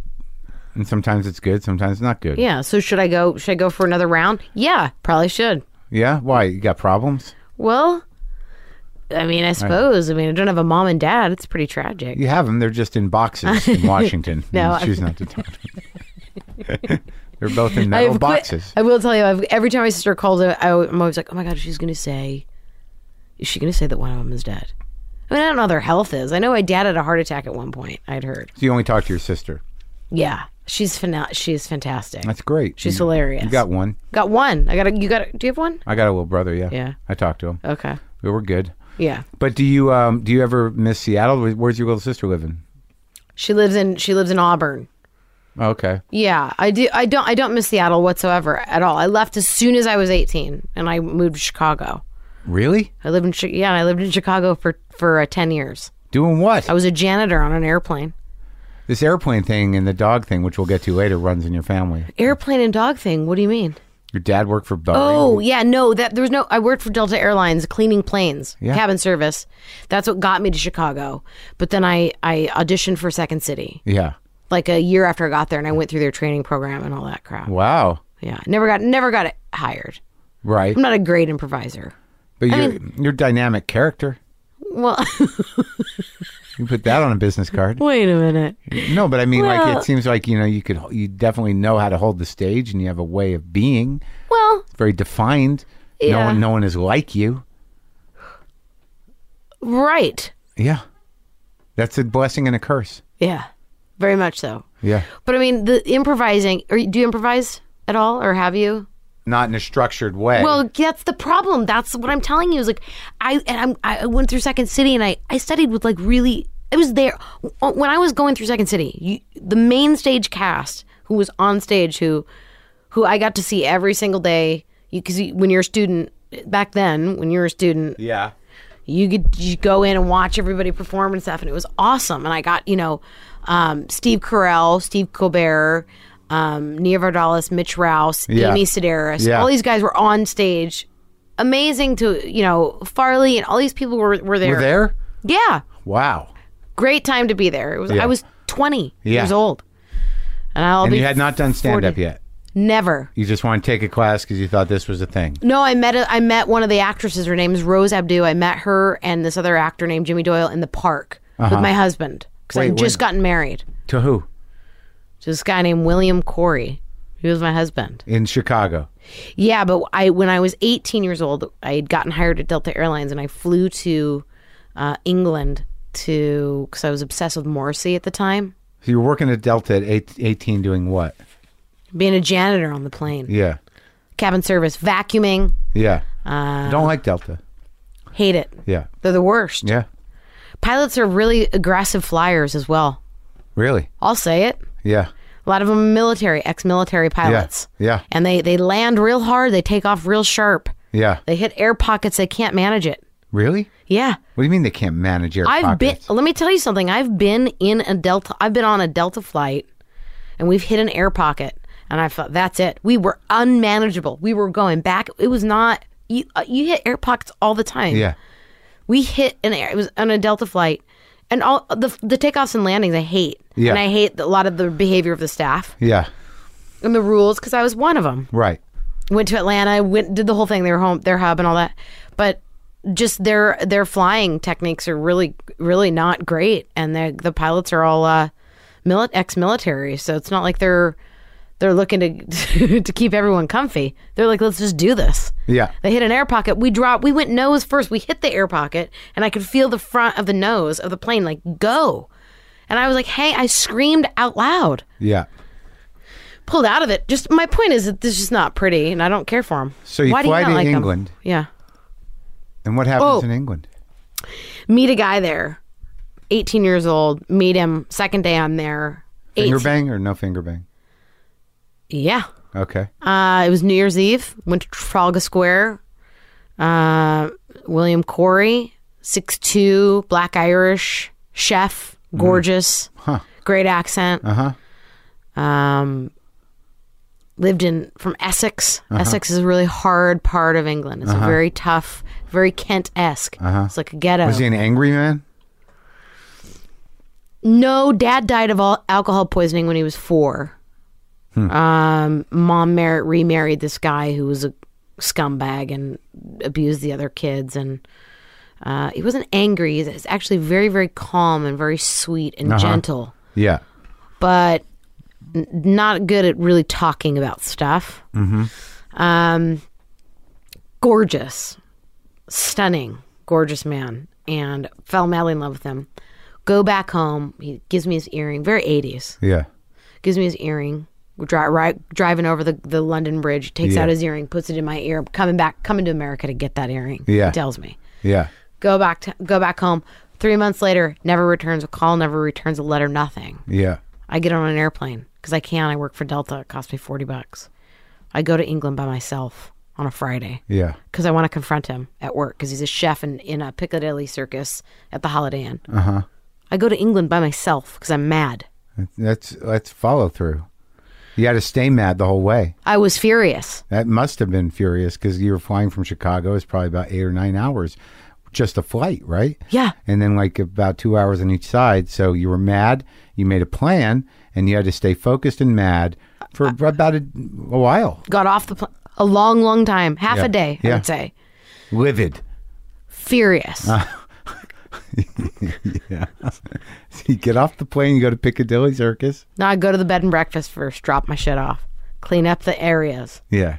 Speaker 1: And sometimes it's good, sometimes it's not good.
Speaker 3: Yeah. So should I go? Should I go for another round? Yeah, probably should.
Speaker 1: Yeah? Why? You got problems?
Speaker 3: Well, I mean, I suppose. I mean, I don't have a mom and dad. It's pretty tragic.
Speaker 1: You have them. They're just in boxes in Washington.
Speaker 3: No,
Speaker 1: You choose not to talk to them. They're both in
Speaker 3: I
Speaker 1: metal
Speaker 3: have quit-
Speaker 1: boxes.
Speaker 3: I will tell you, I've, every time my sister calls, I, I'm always like, oh my God, she's going to say, is she going to say that one of them is dead? I mean, I don't know how their health is. I know my dad had a heart attack at one point, I'd heard.
Speaker 1: So you only talk to your sister.
Speaker 3: Yeah. She's fina- she's fantastic.
Speaker 1: That's great.
Speaker 3: She's
Speaker 1: You-
Speaker 3: hilarious.
Speaker 1: You got one.
Speaker 3: Got one. I got a, you got a, do you have one?
Speaker 1: I got a little brother. Yeah.
Speaker 3: Yeah.
Speaker 1: I talked to him.
Speaker 3: Okay.
Speaker 1: We were good.
Speaker 3: Yeah.
Speaker 1: But do you um do you ever miss Seattle? Where- Where's your little sister living?
Speaker 3: She lives in, she lives in Auburn.
Speaker 1: Okay.
Speaker 3: Yeah, I do. I don't. I don't miss Seattle whatsoever at all. I left as soon as I was eighteen, and I moved to Chicago.
Speaker 1: Really?
Speaker 3: I lived in Chi- yeah, I lived in Chicago for for uh, ten years.
Speaker 1: Doing what?
Speaker 3: I was a janitor on an airplane.
Speaker 1: This airplane thing and the dog thing, which we'll get to later, runs in your family.
Speaker 3: Airplane and dog thing. What do you mean?
Speaker 1: Your dad worked for Boeing.
Speaker 3: Oh yeah, no. That there was no. I worked for Delta Airlines, cleaning planes,
Speaker 1: Yeah.
Speaker 3: cabin service. That's what got me to Chicago. But then I I auditioned for Second City
Speaker 1: Yeah.
Speaker 3: like a year after I got there, and I went through their training program and all that crap.
Speaker 1: Wow.
Speaker 3: Yeah, never got never got it hired.
Speaker 1: Right.
Speaker 3: I'm not a great improviser.
Speaker 1: But you're you're dynamic character.
Speaker 3: Well,
Speaker 1: You put that on a business card.
Speaker 3: wait a minute.
Speaker 1: No, but I mean, like,
Speaker 3: Well-
Speaker 1: it seems like you know you could you definitely know how to hold the stage, and you have a way of being
Speaker 3: Well,
Speaker 1: very defined. No
Speaker 3: Yeah.
Speaker 1: one, no one is like you.
Speaker 3: Right.
Speaker 1: Yeah, that's a blessing and a curse.
Speaker 3: Yeah. Very much so.
Speaker 1: Yeah,
Speaker 3: But I mean, the improvising, or do you improvise at all or have you?
Speaker 1: not in a structured way.
Speaker 3: Well, that's the problem. That's what I'm telling you is like I and I'm, I went through Second City and I I studied with like really I was there when I was going through Second City. You, the main stage cast who was on stage who who I got to see every single day because when you're a student back then when you were a student
Speaker 1: yeah,
Speaker 3: you could you go in and watch everybody perform and stuff, and it was awesome. And I got you know um, Steve Carell, Steve Colbert, um, Nia Vardalos, Mitch Rouse,
Speaker 1: Yeah.
Speaker 3: Amy Sedaris.
Speaker 1: Yeah.
Speaker 3: All these guys were on stage. Amazing to you know Farley and all these people were were there.
Speaker 1: we're there.
Speaker 3: Yeah,
Speaker 1: Wow,
Speaker 3: great time to be there. It was
Speaker 1: Yeah.
Speaker 3: I was twenty
Speaker 1: Yeah.
Speaker 3: years old, and I'll
Speaker 1: and
Speaker 3: be
Speaker 1: you had not done stand up
Speaker 3: 40.
Speaker 1: yet.
Speaker 3: never.
Speaker 1: You just want to take a class because you thought this was a thing.
Speaker 3: No, I met a, I met one of the actresses. Her name is Rose Abdu. I met her and this other actor named Jimmy Doyle in the park with my husband because I
Speaker 1: Uh-huh. Wait,
Speaker 3: would just
Speaker 1: wait.
Speaker 3: gotten married
Speaker 1: To who?
Speaker 3: to this guy named William Corey. He was my husband.
Speaker 1: In Chicago.
Speaker 3: Yeah, but I when I was 18 years old, I had gotten hired at Delta Airlines and I flew to uh, England to because I was obsessed with Morrissey at the time,
Speaker 1: So you were working at Delta at eight, 18 doing what?
Speaker 3: being a janitor on the plane,
Speaker 1: Yeah.
Speaker 3: cabin service, vacuuming.
Speaker 1: Yeah.
Speaker 3: Uh,
Speaker 1: Don't like Delta.
Speaker 3: Hate it.
Speaker 1: Yeah.
Speaker 3: They're the worst.
Speaker 1: Yeah.
Speaker 3: Pilots are really aggressive flyers as well.
Speaker 1: Really?
Speaker 3: I'll say it.
Speaker 1: Yeah.
Speaker 3: A lot of them are military, ex-military pilots.
Speaker 1: Yeah.
Speaker 3: And they they land real hard. They take off real sharp.
Speaker 1: Yeah.
Speaker 3: They hit air pockets. They can't manage it.
Speaker 1: Really?
Speaker 3: Yeah,
Speaker 1: What do you mean they can't manage air
Speaker 3: I've
Speaker 1: pockets?
Speaker 3: been. Let me tell you something. I've been in a delta. I've been on a delta flight, and we've hit an air pocket. And I thought that's it. We were unmanageable. We were going back. It was not. You uh, you hit air pockets all the time.
Speaker 1: Yeah.
Speaker 3: we hit an air. It was on a Delta flight, and all the the takeoffs and landings. I hate.
Speaker 1: Yeah.
Speaker 3: And I hate a lot of the behavior of the staff
Speaker 1: Yeah.
Speaker 3: and the rules because I was one of them.
Speaker 1: Right.
Speaker 3: went to Atlanta, went did the whole thing, their home, their hub, and all that. But just their their flying techniques are really really not great, and the the pilots are all uh, mili- ex military, so it's not like they're they're looking to to keep everyone comfy. They're like, let's just do this.
Speaker 1: Yeah.
Speaker 3: They hit an air pocket. We dropped. We went nose first. We hit the air pocket, and I could feel the front of the nose of the plane like go. And I was like, "Hey!" I screamed out loud,
Speaker 1: Yeah.
Speaker 3: pulled out of it. Just my point is that this is just not pretty, and I don't care for them.
Speaker 1: So you
Speaker 3: Why do you
Speaker 1: fly
Speaker 3: not
Speaker 1: to
Speaker 3: like 'em?
Speaker 1: England.
Speaker 3: Yeah.
Speaker 1: And what happens
Speaker 3: Oh.
Speaker 1: in England?
Speaker 3: Meet a guy there, 18 years old. Meet him. Second day I'm there.
Speaker 1: Finger
Speaker 3: 18
Speaker 1: bang or no finger bang?
Speaker 3: Yeah.
Speaker 1: Okay.
Speaker 3: Uh, it was New Year's Eve. Went to Trafalgar Square. Uh, William Corey, 6'2, black Irish, chef, gorgeous,
Speaker 1: Huh.
Speaker 3: great accent.
Speaker 1: Uh huh.
Speaker 3: Um, lived in from Essex. Essex is a really hard part of England. It's a very tough, very Kent esque. It's like a ghetto.
Speaker 1: Was he an angry man?
Speaker 3: No, dad died of all alcohol poisoning when he was four. Um, mom mar- remarried this guy who was a scumbag and abused the other kids and uh, he wasn't angry. He was actually very, very calm and very sweet and gentle,
Speaker 1: Yeah.
Speaker 3: but n- not good at really talking about stuff.
Speaker 1: Mm-hmm.
Speaker 3: Um, gorgeous, stunning, gorgeous man, and fell madly in love with him. Go back home. He gives me his earring, very 80s
Speaker 1: Yeah.
Speaker 3: gives me his earring. We're dri- ri- driving over the, the London Bridge, takes
Speaker 1: Yeah.
Speaker 3: out his earring, puts it in my ear. Coming back, coming to America to get that earring.
Speaker 1: Yeah.
Speaker 3: he tells me
Speaker 1: Yeah.
Speaker 3: go back to, go back home. Three months later, never returns a call, never returns a letter, nothing.
Speaker 1: Yeah.
Speaker 3: I get on an airplane because I can. I work for Delta. It cost me forty bucks. I go to England by myself on a Friday
Speaker 1: Yeah.
Speaker 3: because I want to confront him at work because he's a chef in, in a Piccadilly circus at the Holiday Inn. Uh
Speaker 1: Uh-huh.
Speaker 3: huh. I go to England by myself because I'm mad.
Speaker 1: That's that's follow through. You had to stay mad the whole way.
Speaker 3: I was furious.
Speaker 1: That must have been furious because you were flying from Chicago. It's probably about eight or nine hours, just a flight, right?
Speaker 3: Yeah.
Speaker 1: And then like about two hours on each side. So you were mad. You made a plan, and you had to stay focused and mad for about a, a while.
Speaker 3: got off the plane a long, long time, half
Speaker 1: Yeah.
Speaker 3: a day, I
Speaker 1: Yeah.
Speaker 3: would say.
Speaker 1: Livid.
Speaker 3: Furious.
Speaker 1: Ah. Yeah. so you get off the plane. You go to Piccadilly Circus.
Speaker 3: now I go to the bed and breakfast first, drop my shit off, clean up the areas,
Speaker 1: Yeah.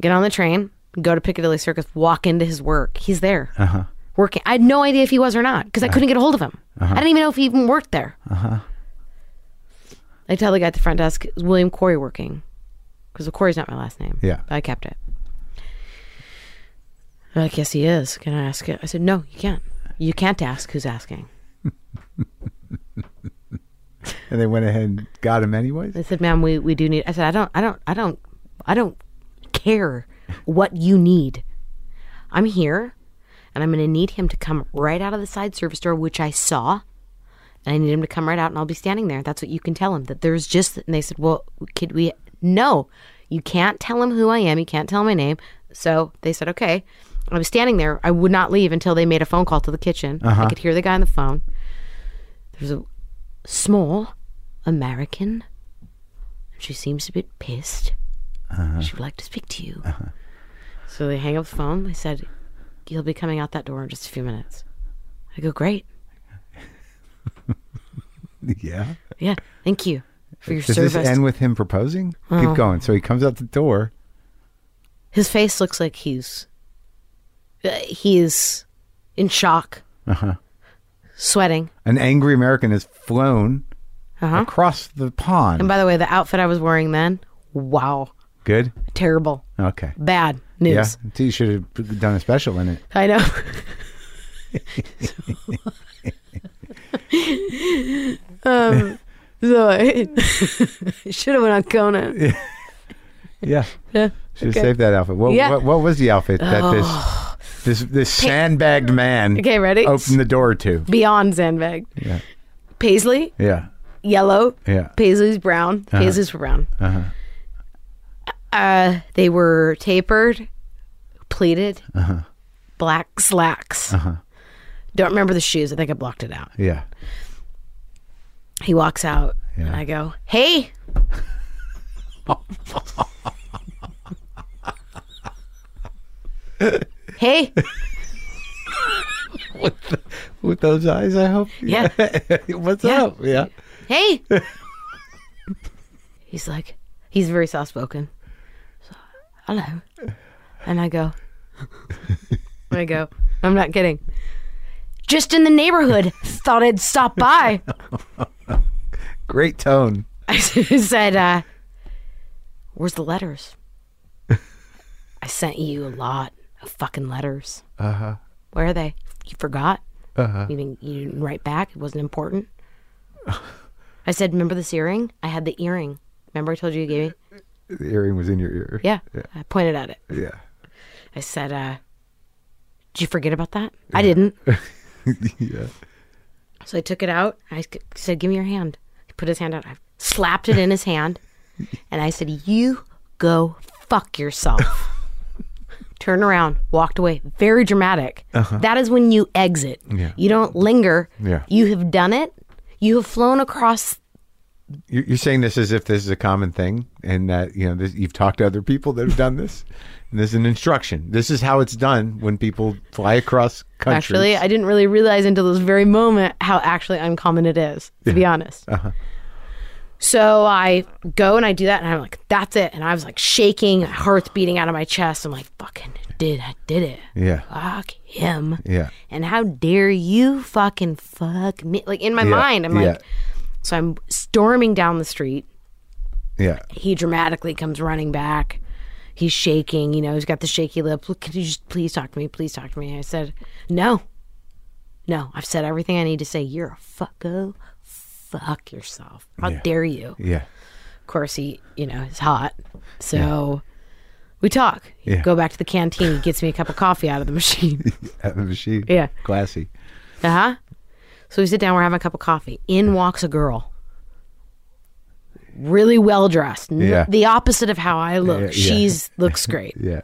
Speaker 3: get on the train, go to Piccadilly Circus, walk into his work. He's there. Uh-huh. Working. I had no idea if he was or not because I couldn't get a hold of him. I didn't even know if he even worked there. Uh-huh. I tell the guy at the front desk, is William Corey working? Because Corey's not my last name.
Speaker 1: Yeah.
Speaker 3: But I kept it. They're like, yes, he is. Can I ask it? I said, no, you can't. You can't ask who's asking.
Speaker 1: And they went ahead and got him anyways.
Speaker 3: They said, "Ma'am, we, we do need." I said, "I don't, I don't, I don't, I don't care what you need. I'm here, and I'm going to need him to come right out of the side service door, which I saw, and I need him to come right out, and I'll be standing there. That's what you can tell him that there's just." And they said, "Well, could we?" No, you can't tell him who I am. You can't tell my name. So they said, "Okay." I was standing there. I would not leave until they made a phone call to the kitchen. I could hear the guy on the phone. There's a small American she seems a bit pissed.
Speaker 1: Uh-huh.
Speaker 3: She would like to speak to you. So they hang up the phone. They said, He'll be coming out that door in just a few minutes. I go, Great.
Speaker 1: Yeah.
Speaker 3: Yeah. Thank you for your
Speaker 1: Does
Speaker 3: service.
Speaker 1: this end with him proposing? Keep going. So he comes out the door.
Speaker 3: His face looks like he's uh, he's in shock,
Speaker 1: Uh-huh.
Speaker 3: sweating.
Speaker 1: An angry American has flown
Speaker 3: Uh-huh.
Speaker 1: across the pond.
Speaker 3: And by the way, the outfit I was wearing then, wow,
Speaker 1: Good.
Speaker 3: terrible,
Speaker 1: Okay.
Speaker 3: bad news.
Speaker 1: Yeah. So you should have done a special in it.
Speaker 3: I know. um, so I, should have went on Conan.
Speaker 1: Yeah.
Speaker 3: Yeah.
Speaker 1: Should have saved that outfit. What,
Speaker 3: Yeah. Oh.
Speaker 1: what, what was the outfit that this this this sandbagged man
Speaker 3: Okay, ready?
Speaker 1: opened the door to?
Speaker 3: Beyond sandbag.
Speaker 1: Yeah.
Speaker 3: Paisley,
Speaker 1: Yeah.
Speaker 3: yellow.
Speaker 1: Yeah.
Speaker 3: Paisley's brown. Paisley's were brown. Uh-huh. Uh, they were tapered, pleated, black slacks. Uh-huh. Don't remember the shoes. I think I blocked it out.
Speaker 1: Yeah.
Speaker 3: He walks out, and
Speaker 1: Yeah.
Speaker 3: I go, "Hey, hey,
Speaker 1: With those eyes, I hope.
Speaker 3: yeah,
Speaker 1: What's
Speaker 3: Yeah.
Speaker 1: up? Yeah.
Speaker 3: hey." He's like, he's very soft spoken. Hello, and I go, I go, I'm not kidding. Just in the neighborhood, thought I'd stop by.
Speaker 1: Great tone.
Speaker 3: I said, uh, "Where's the letters? I sent you a lot of fucking letters. Uh huh. Where are they? You forgot. Uh huh. You didn't, you didn't write back. It wasn't important." I said, "Remember this earring? I had the earring. Remember I told you you gave me?
Speaker 1: The earring was in your ear.
Speaker 3: Yeah. I pointed at it.
Speaker 1: Yeah.
Speaker 3: I said, uh, "Did you forget about that? I didn't."
Speaker 1: Yeah.
Speaker 3: So I took it out. I c- said, "Give me your hand." He put his hand out. I slapped it in his hand, and I said, "You go fuck yourself." Turned around, walked away. Very dramatic. That is when you exit.
Speaker 1: Uh-huh. Yeah.
Speaker 3: You don't linger.
Speaker 1: Yeah.
Speaker 3: You have done it. You have flown across
Speaker 1: You're you're saying this as if this is a common thing, and that you know this, you've talked to other people that have done this, and this is an instruction. This is how it's done when people fly across countries.
Speaker 3: Actually, I didn't really realize until this very moment how actually uncommon it is, to be honest.
Speaker 1: Uh-huh.
Speaker 3: So I go and I do that, and I'm like, that's it. And I was like shaking, heart's beating out of my chest. I'm like, fucking did I did it.
Speaker 1: yeah,
Speaker 3: Fuck him.
Speaker 1: yeah,
Speaker 3: And how dare you fucking fuck me? Like in my
Speaker 1: Yeah,
Speaker 3: mind, I'm
Speaker 1: yeah.
Speaker 3: like, so I'm storming down the street.
Speaker 1: yeah.
Speaker 3: He dramatically comes running back. He's shaking, you know, he's got the shaky lip. Look, could you just please talk to me? Please talk to me. I said, No. No, I've said everything I need to say. You're a fucko. Fuck yourself. How dare you?
Speaker 1: Yeah.
Speaker 3: Of course, he, you know, is hot. So we talk.
Speaker 1: Yeah.
Speaker 3: Go back to the canteen. He gets me a cup of coffee out of the machine.
Speaker 1: Out of the machine.
Speaker 3: Yeah.
Speaker 1: Classy.
Speaker 3: Uh huh. So we sit down, we're having a cup of coffee. In walks a girl. Really well dressed. N-
Speaker 1: Yeah.
Speaker 3: The opposite of how I look.
Speaker 1: Yeah, yeah.
Speaker 3: She's looks great.
Speaker 1: Yeah.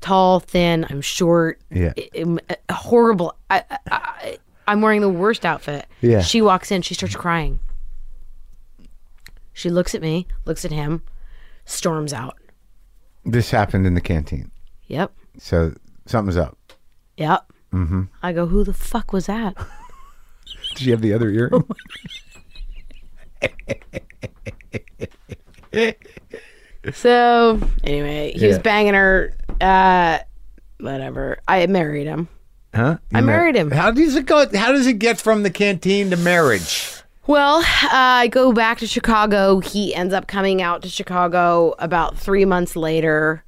Speaker 3: Tall, thin, I'm short.
Speaker 1: Yeah.
Speaker 3: I- I'm, uh, horrible. I, I, I, I'm wearing the worst outfit.
Speaker 1: Yeah.
Speaker 3: She walks in, she starts crying. She looks at me, looks at him, storms out.
Speaker 1: This happened in the canteen.
Speaker 3: Yep.
Speaker 1: So something's up.
Speaker 3: Yep. Mm-hmm. I go, who the fuck was that?
Speaker 1: Did you have the other
Speaker 3: Oh
Speaker 1: ear?
Speaker 3: So anyway, he was
Speaker 1: Yeah.
Speaker 3: banging her. Uh, whatever. I married him.
Speaker 1: huh?
Speaker 3: I married him.
Speaker 1: How does it go? How does it get from the canteen to marriage?
Speaker 3: Well, uh, I go back to Chicago. He ends up coming out to Chicago about three months later.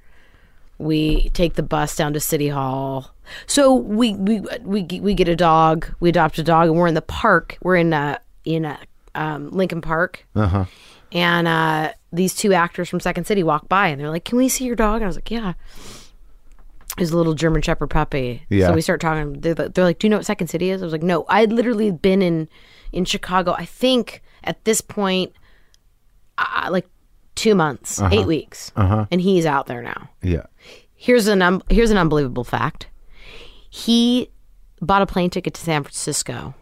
Speaker 3: We take the bus down to City Hall. So we we we g- we get a dog. We adopt a dog, and we're in the park. We're in uh in uh um, Lincoln Park.
Speaker 1: Uh-huh.
Speaker 3: And uh, these two actors from Second City walk by, and they're like, "Can we see your dog?" And I was like, "Yeah." It was a little German Shepherd puppy.
Speaker 1: Yeah.
Speaker 3: So we start talking. They're, like- they're like, "Do you know what Second City is?" I was like, "No." I had literally been in in Chicago. I think at this point, uh, like two months,
Speaker 1: Uh-huh.
Speaker 3: eight weeks, and he's out there now.
Speaker 1: Yeah.
Speaker 3: Here's an um, here's an unbelievable fact. He bought a plane ticket to San Francisco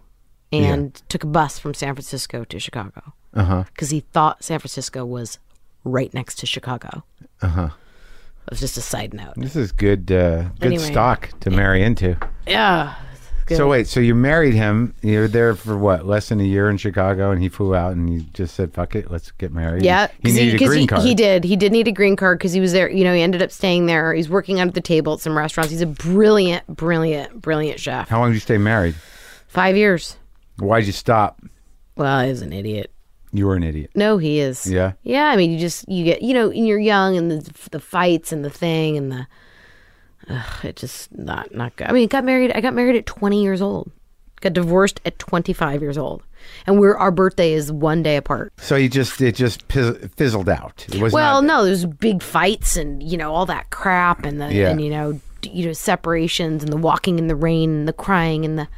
Speaker 3: and took a bus from San Francisco to Chicago.
Speaker 1: Uh-huh.
Speaker 3: Because he thought San Francisco was right next to Chicago. Uh huh.
Speaker 1: Uh-huh.
Speaker 3: It was just a side note.
Speaker 1: This is good uh, good
Speaker 3: Anyway.
Speaker 1: stock to marry into.
Speaker 3: Yeah.
Speaker 1: So wait, so you married him. You were there for what? Less than a year in Chicago and he flew out and you just said, "Fuck it, let's get married."
Speaker 3: Yeah.
Speaker 1: He
Speaker 3: 'cause
Speaker 1: needed a
Speaker 3: 'cause
Speaker 1: green card.
Speaker 3: He did. He did need a green card because he was there. You know, he ended up staying there. He's working under the table at some restaurants. He's a brilliant, brilliant, brilliant chef.
Speaker 1: How long did you stay married?
Speaker 3: Five years.
Speaker 1: Why'd you stop?
Speaker 3: Well, he was an idiot.
Speaker 1: You were an idiot.
Speaker 3: No, he is.
Speaker 1: Yeah?
Speaker 3: Yeah. I mean, you just you get you know, and you're young, and the the fights and the thing and the. Ugh, it just not not good. I mean, got married. I got married at 20 years old. Got divorced at 25 years old, and we're our birthday is one day apart.
Speaker 1: So you just it just fizz- fizzled out. It was
Speaker 3: Well,
Speaker 1: not,
Speaker 3: no, there's big fights and you know all that crap and the
Speaker 1: Yeah.
Speaker 3: and you know d- you know separations and the walking in the rain and the crying and the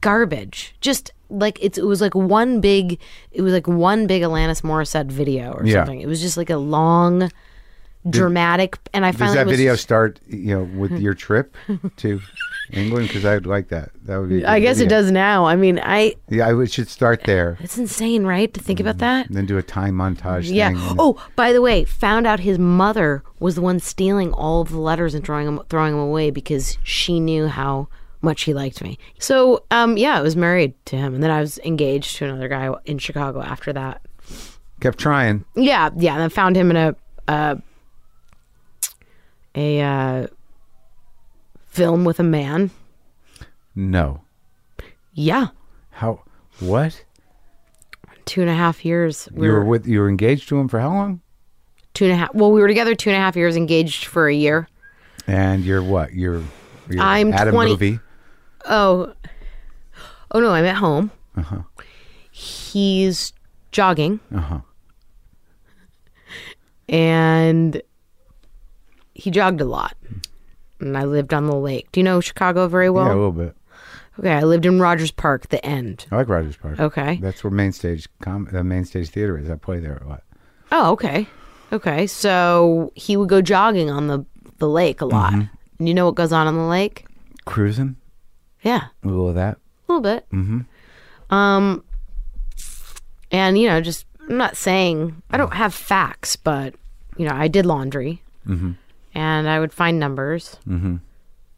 Speaker 3: garbage. Just like it's it was like one big it was like one big Alanis Morissette video or
Speaker 1: Yeah.
Speaker 3: something. It was just like a long, dramatic. And I
Speaker 1: Does
Speaker 3: finally
Speaker 1: that
Speaker 3: was,
Speaker 1: video start, you know, with your trip to England? Because I'd like that. That would be. a good
Speaker 3: I guess it
Speaker 1: video.
Speaker 3: does now. I mean, I
Speaker 1: Yeah, I would- should start there,
Speaker 3: it's insane, right? To think about that.
Speaker 1: and then do a time montage.
Speaker 3: Yeah.
Speaker 1: Thing and-
Speaker 3: Oh, by the way, found out his mother was the one stealing all of the letters and throwing them throwing them away because she knew how much he liked me. So, um, yeah, I was married to him, and then I was engaged to another guy in Chicago after that.
Speaker 1: kept trying.
Speaker 3: Yeah, yeah, and I found him in a uh, a uh, film with a man.
Speaker 1: No.
Speaker 3: Yeah,
Speaker 1: How? What?
Speaker 3: two and a half years. We
Speaker 1: you
Speaker 3: were,
Speaker 1: were with? You were engaged to him for how long?
Speaker 3: two and a half. Well, we were together two and a half years, engaged for a year.
Speaker 1: And you're what? You're. you're
Speaker 3: I'm
Speaker 1: at
Speaker 3: 20
Speaker 1: a movie.
Speaker 3: Oh, oh no, I'm at home. He's jogging. And he jogged a lot. And I lived on the lake. Do you know Chicago very well?
Speaker 1: yeah, a little bit.
Speaker 3: okay, I lived in Rogers Park, the end.
Speaker 1: I like Rogers Park.
Speaker 3: Okay.
Speaker 1: That's where main stage com- the main stage theater is. I play there a lot.
Speaker 3: Oh, okay. Okay. So he would go jogging on the, the lake a lot. And you know what goes on on the lake?
Speaker 1: Cruising,
Speaker 3: Yeah.
Speaker 1: a little of that.
Speaker 3: A little bit. Mm-hmm. Um, and you know, just I'm not saying I don't have facts, but you know, I did laundry, and I would find numbers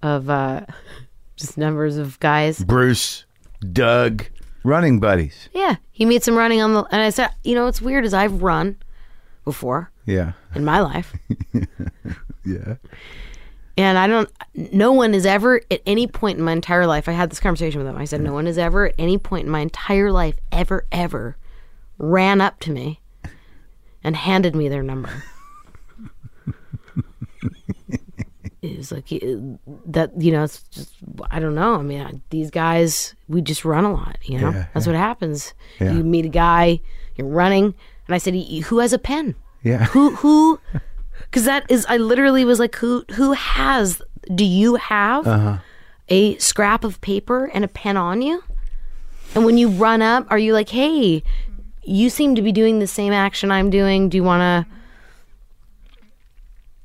Speaker 3: of uh, just numbers of guys.
Speaker 1: Bruce, Doug, running buddies.
Speaker 3: Yeah, he meets him running on the, and I said, you know, what's weird is I've run before
Speaker 1: Yeah.
Speaker 3: in my life,
Speaker 1: Yeah.
Speaker 3: and I don't. No one has ever at any point in my entire life. I had this conversation with him. I said, no one has ever at any point in my entire life ever ever ran up to me and handed me their number. it was like you- that. You know, it's just I don't know. I mean, I, these guys we just run a lot. You know,
Speaker 1: Yeah,
Speaker 3: that's what happens.
Speaker 1: Yeah.
Speaker 3: You meet a guy, you're running, and I said, "Y- who has a pen?
Speaker 1: Yeah.
Speaker 3: who who because that is i literally was like who who has do you have a scrap of paper and a pen on you and when you run up are you like hey you seem to be doing the same action i'm doing do you want to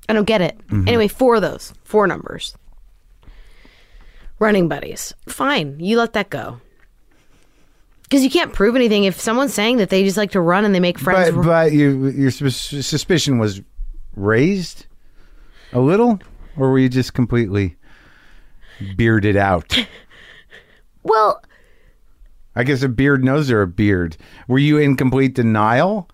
Speaker 3: i don't get it anyway four of those four numbers running buddies fine you let that go because you can't prove anything if someone's saying that they just like to run and they make friends
Speaker 1: But but you your sus- suspicion was raised a little, or were you just completely bearded out?
Speaker 3: well
Speaker 1: I guess a beard knows they're a beard. Were you in complete denial?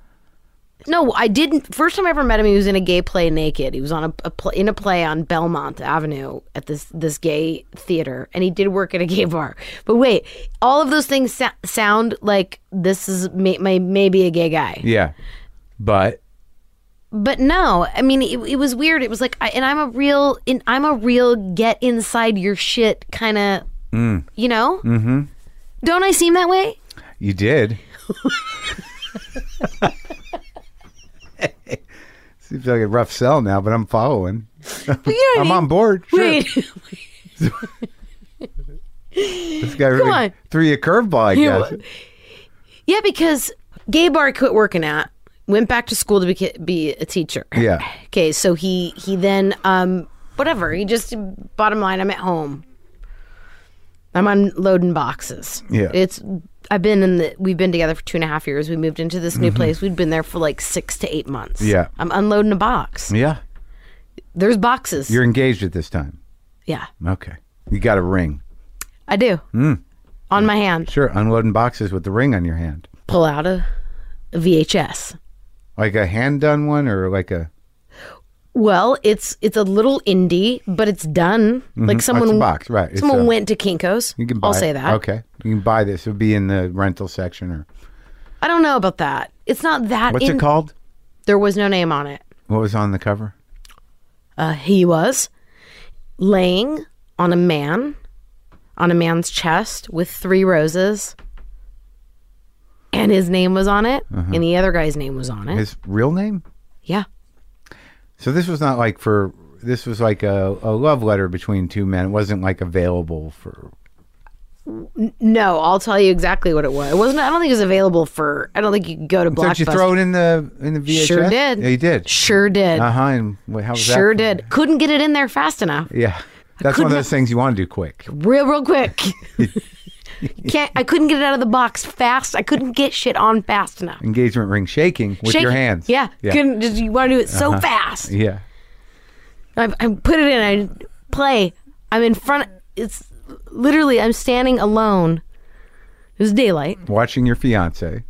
Speaker 3: No, I didn't. First time I ever met him, he was in a gay play naked. He was on a, a pl- in a play on Belmont Avenue at this this gay theater, and he did work at a gay bar. But wait, all of those things sa- sound like this is may, may, maybe a gay guy.
Speaker 1: Yeah. But
Speaker 3: But no, I mean it, it was weird. It was like, I, and I'm a real, in, I'm a real get inside your shit kind of, you know. Mm-hmm. Don't I seem that way?
Speaker 1: you did. Seems like a rough sell now, but I'm following.
Speaker 3: But you know what
Speaker 1: I'm
Speaker 3: I
Speaker 1: on
Speaker 3: mean?
Speaker 1: board. Sure.
Speaker 3: Wait,
Speaker 1: This guy really
Speaker 3: on.
Speaker 1: threw you a curveball, I
Speaker 3: You-
Speaker 1: guess.
Speaker 3: Yeah, because gay bar I quit working at, went back to school to be, be a teacher.
Speaker 1: Yeah.
Speaker 3: Okay, so he he then um whatever he just bottom line I'm at home. I'm unloading boxes.
Speaker 1: Yeah.
Speaker 3: it's I've been in the we've been together for two and a half years. We moved into this new place. We'd been there for like six to eight months.
Speaker 1: Mm-hmm. Yeah.
Speaker 3: I'm unloading a box.
Speaker 1: Yeah.
Speaker 3: There's boxes.
Speaker 1: You're engaged at this time.
Speaker 3: yeah,
Speaker 1: Okay. You got a ring.
Speaker 3: I do.
Speaker 1: Mm.
Speaker 3: On my hand,
Speaker 1: Sure. Unloading boxes with the ring on your hand.
Speaker 3: pull out a, a VHS.
Speaker 1: Like a hand done one or like a
Speaker 3: Well, it's it's a little indie, but it's done. Like someone
Speaker 1: Mm-hmm. Oh, it's a box, right. It's
Speaker 3: Someone
Speaker 1: a-
Speaker 3: went to Kinkos.
Speaker 1: you can buy
Speaker 3: I'll
Speaker 1: it.
Speaker 3: say that.
Speaker 1: Okay. You can buy this. It'll be in the rental section or
Speaker 3: I don't know about that. It's not that.
Speaker 1: what's
Speaker 3: in-
Speaker 1: it called?
Speaker 3: There was no name on it.
Speaker 1: What was on the cover?
Speaker 3: Uh, he was laying on a man, on a man's chest with three roses, and his name was on it, and the other guy's name was on it.
Speaker 1: Uh-huh. His real name?
Speaker 3: yeah,
Speaker 1: So this was not like for this was like a, a love letter between two men. It wasn't like available for
Speaker 3: no, I'll tell you exactly what it was. It wasn't. I don't think it was available for. I don't think you could go to
Speaker 1: So
Speaker 3: Blockbuster.
Speaker 1: did you throw it in the in the VHS?
Speaker 3: Sure did.
Speaker 1: Yeah, you did.
Speaker 3: Sure did.
Speaker 1: Uh huh. And wha- how was that?
Speaker 3: sure did. Couldn't get it in there fast enough.
Speaker 1: Yeah. That's one of those things you want to do quick.
Speaker 3: real real quick. Can't I couldn't get it out of the box fast. I couldn't get shit on fast enough.
Speaker 1: Engagement ring shaking with
Speaker 3: Shake
Speaker 1: your
Speaker 3: it.
Speaker 1: hands.
Speaker 3: Yeah.
Speaker 1: Yeah. Uh-huh.
Speaker 3: Couldn't just you want to do it so fast.
Speaker 1: yeah.
Speaker 3: I, I put it in, I play. I'm in front it's literally I'm standing alone. It was daylight,
Speaker 1: Watching your fiance.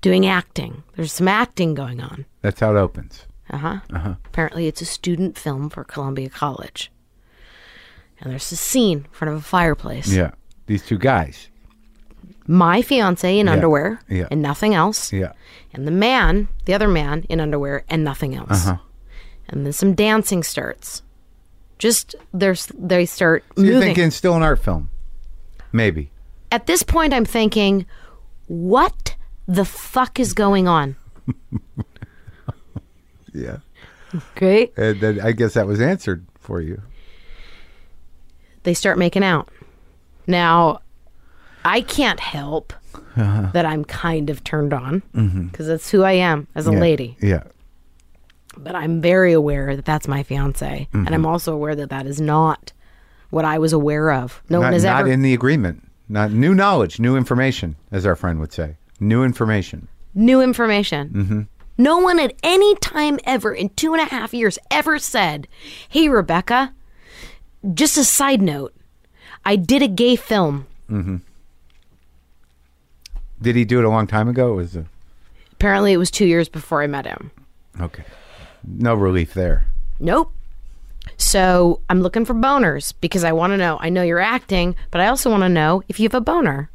Speaker 3: doing acting. There's some acting going on.
Speaker 1: That's how it opens.
Speaker 3: Uh-huh. Apparently it's a student film for Columbia College. And there's a scene in front of a fireplace.
Speaker 1: Yeah. These two guys.
Speaker 3: My fiance in underwear
Speaker 1: Yeah.
Speaker 3: and nothing else.
Speaker 1: Yeah.
Speaker 3: and the man, the other man, in underwear and nothing else.
Speaker 1: Uh-huh.
Speaker 3: And then some dancing starts. Just there's they start
Speaker 1: You're
Speaker 3: moving.
Speaker 1: thinking still an art film. Maybe.
Speaker 3: At this point, I'm thinking, what the fuck is going on?
Speaker 1: Yeah.
Speaker 3: Great.
Speaker 1: And then I guess that was answered for you.
Speaker 3: They start making out. Now, I can't help
Speaker 1: Uh-huh.
Speaker 3: that I'm kind of turned on because that's who I am as a
Speaker 1: Mm-hmm. Yeah.
Speaker 3: lady.
Speaker 1: Yeah.
Speaker 3: But I'm very aware that that's my fiance, and
Speaker 1: Mm-hmm.
Speaker 3: I'm also aware that that is not what I was aware of. No
Speaker 1: Not,
Speaker 3: one has
Speaker 1: not
Speaker 3: ever
Speaker 1: in the agreement. Not new knowledge, new information, as our friend would say. New information.
Speaker 3: New information. Mm-hmm. No one at any time ever in two and a half years ever said, Hey, Rebecca, just a side note, I did a gay film.
Speaker 1: Did he do it a long time ago? It was a,
Speaker 3: Apparently, it was two years before I met him.
Speaker 1: okay. No relief there.
Speaker 3: Nope. So I'm looking for boners because I want to know. I know you're acting, but I also want to know if you have a boner.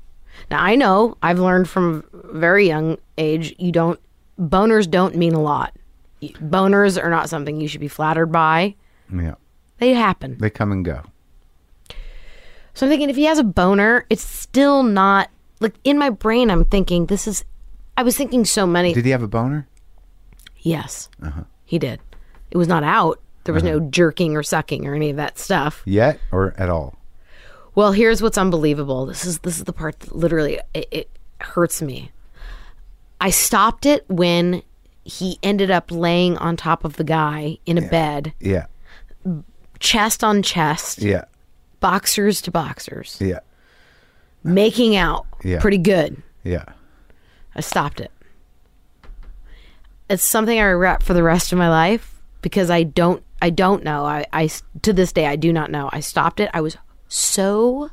Speaker 3: Now I know I've learned from a very young age you don't boners don't mean a lot. Boners are not something you should be flattered by.
Speaker 1: Yeah.
Speaker 3: They happen.
Speaker 1: They come and go.
Speaker 3: So I'm thinking if he has a boner, it's still not like in my brain I'm thinking this is I was thinking so many
Speaker 1: Did he have a boner?
Speaker 3: Yes. He did. It was not out. There was no jerking or sucking or any of that stuff.
Speaker 1: Yet or at all?
Speaker 3: Well, here's what's unbelievable. This is this is the part that literally it, it hurts me. I stopped it when he ended up laying on top of the guy in a bed,
Speaker 1: Yeah.
Speaker 3: chest on chest,
Speaker 1: Yeah.
Speaker 3: boxers to boxers,
Speaker 1: Yeah.
Speaker 3: making out
Speaker 1: Yeah.
Speaker 3: pretty good.
Speaker 1: Yeah.
Speaker 3: I stopped it. It's something I regret for the rest of my life because I don't I don't know. I, I s- to this day I do not know. I stopped it. I was so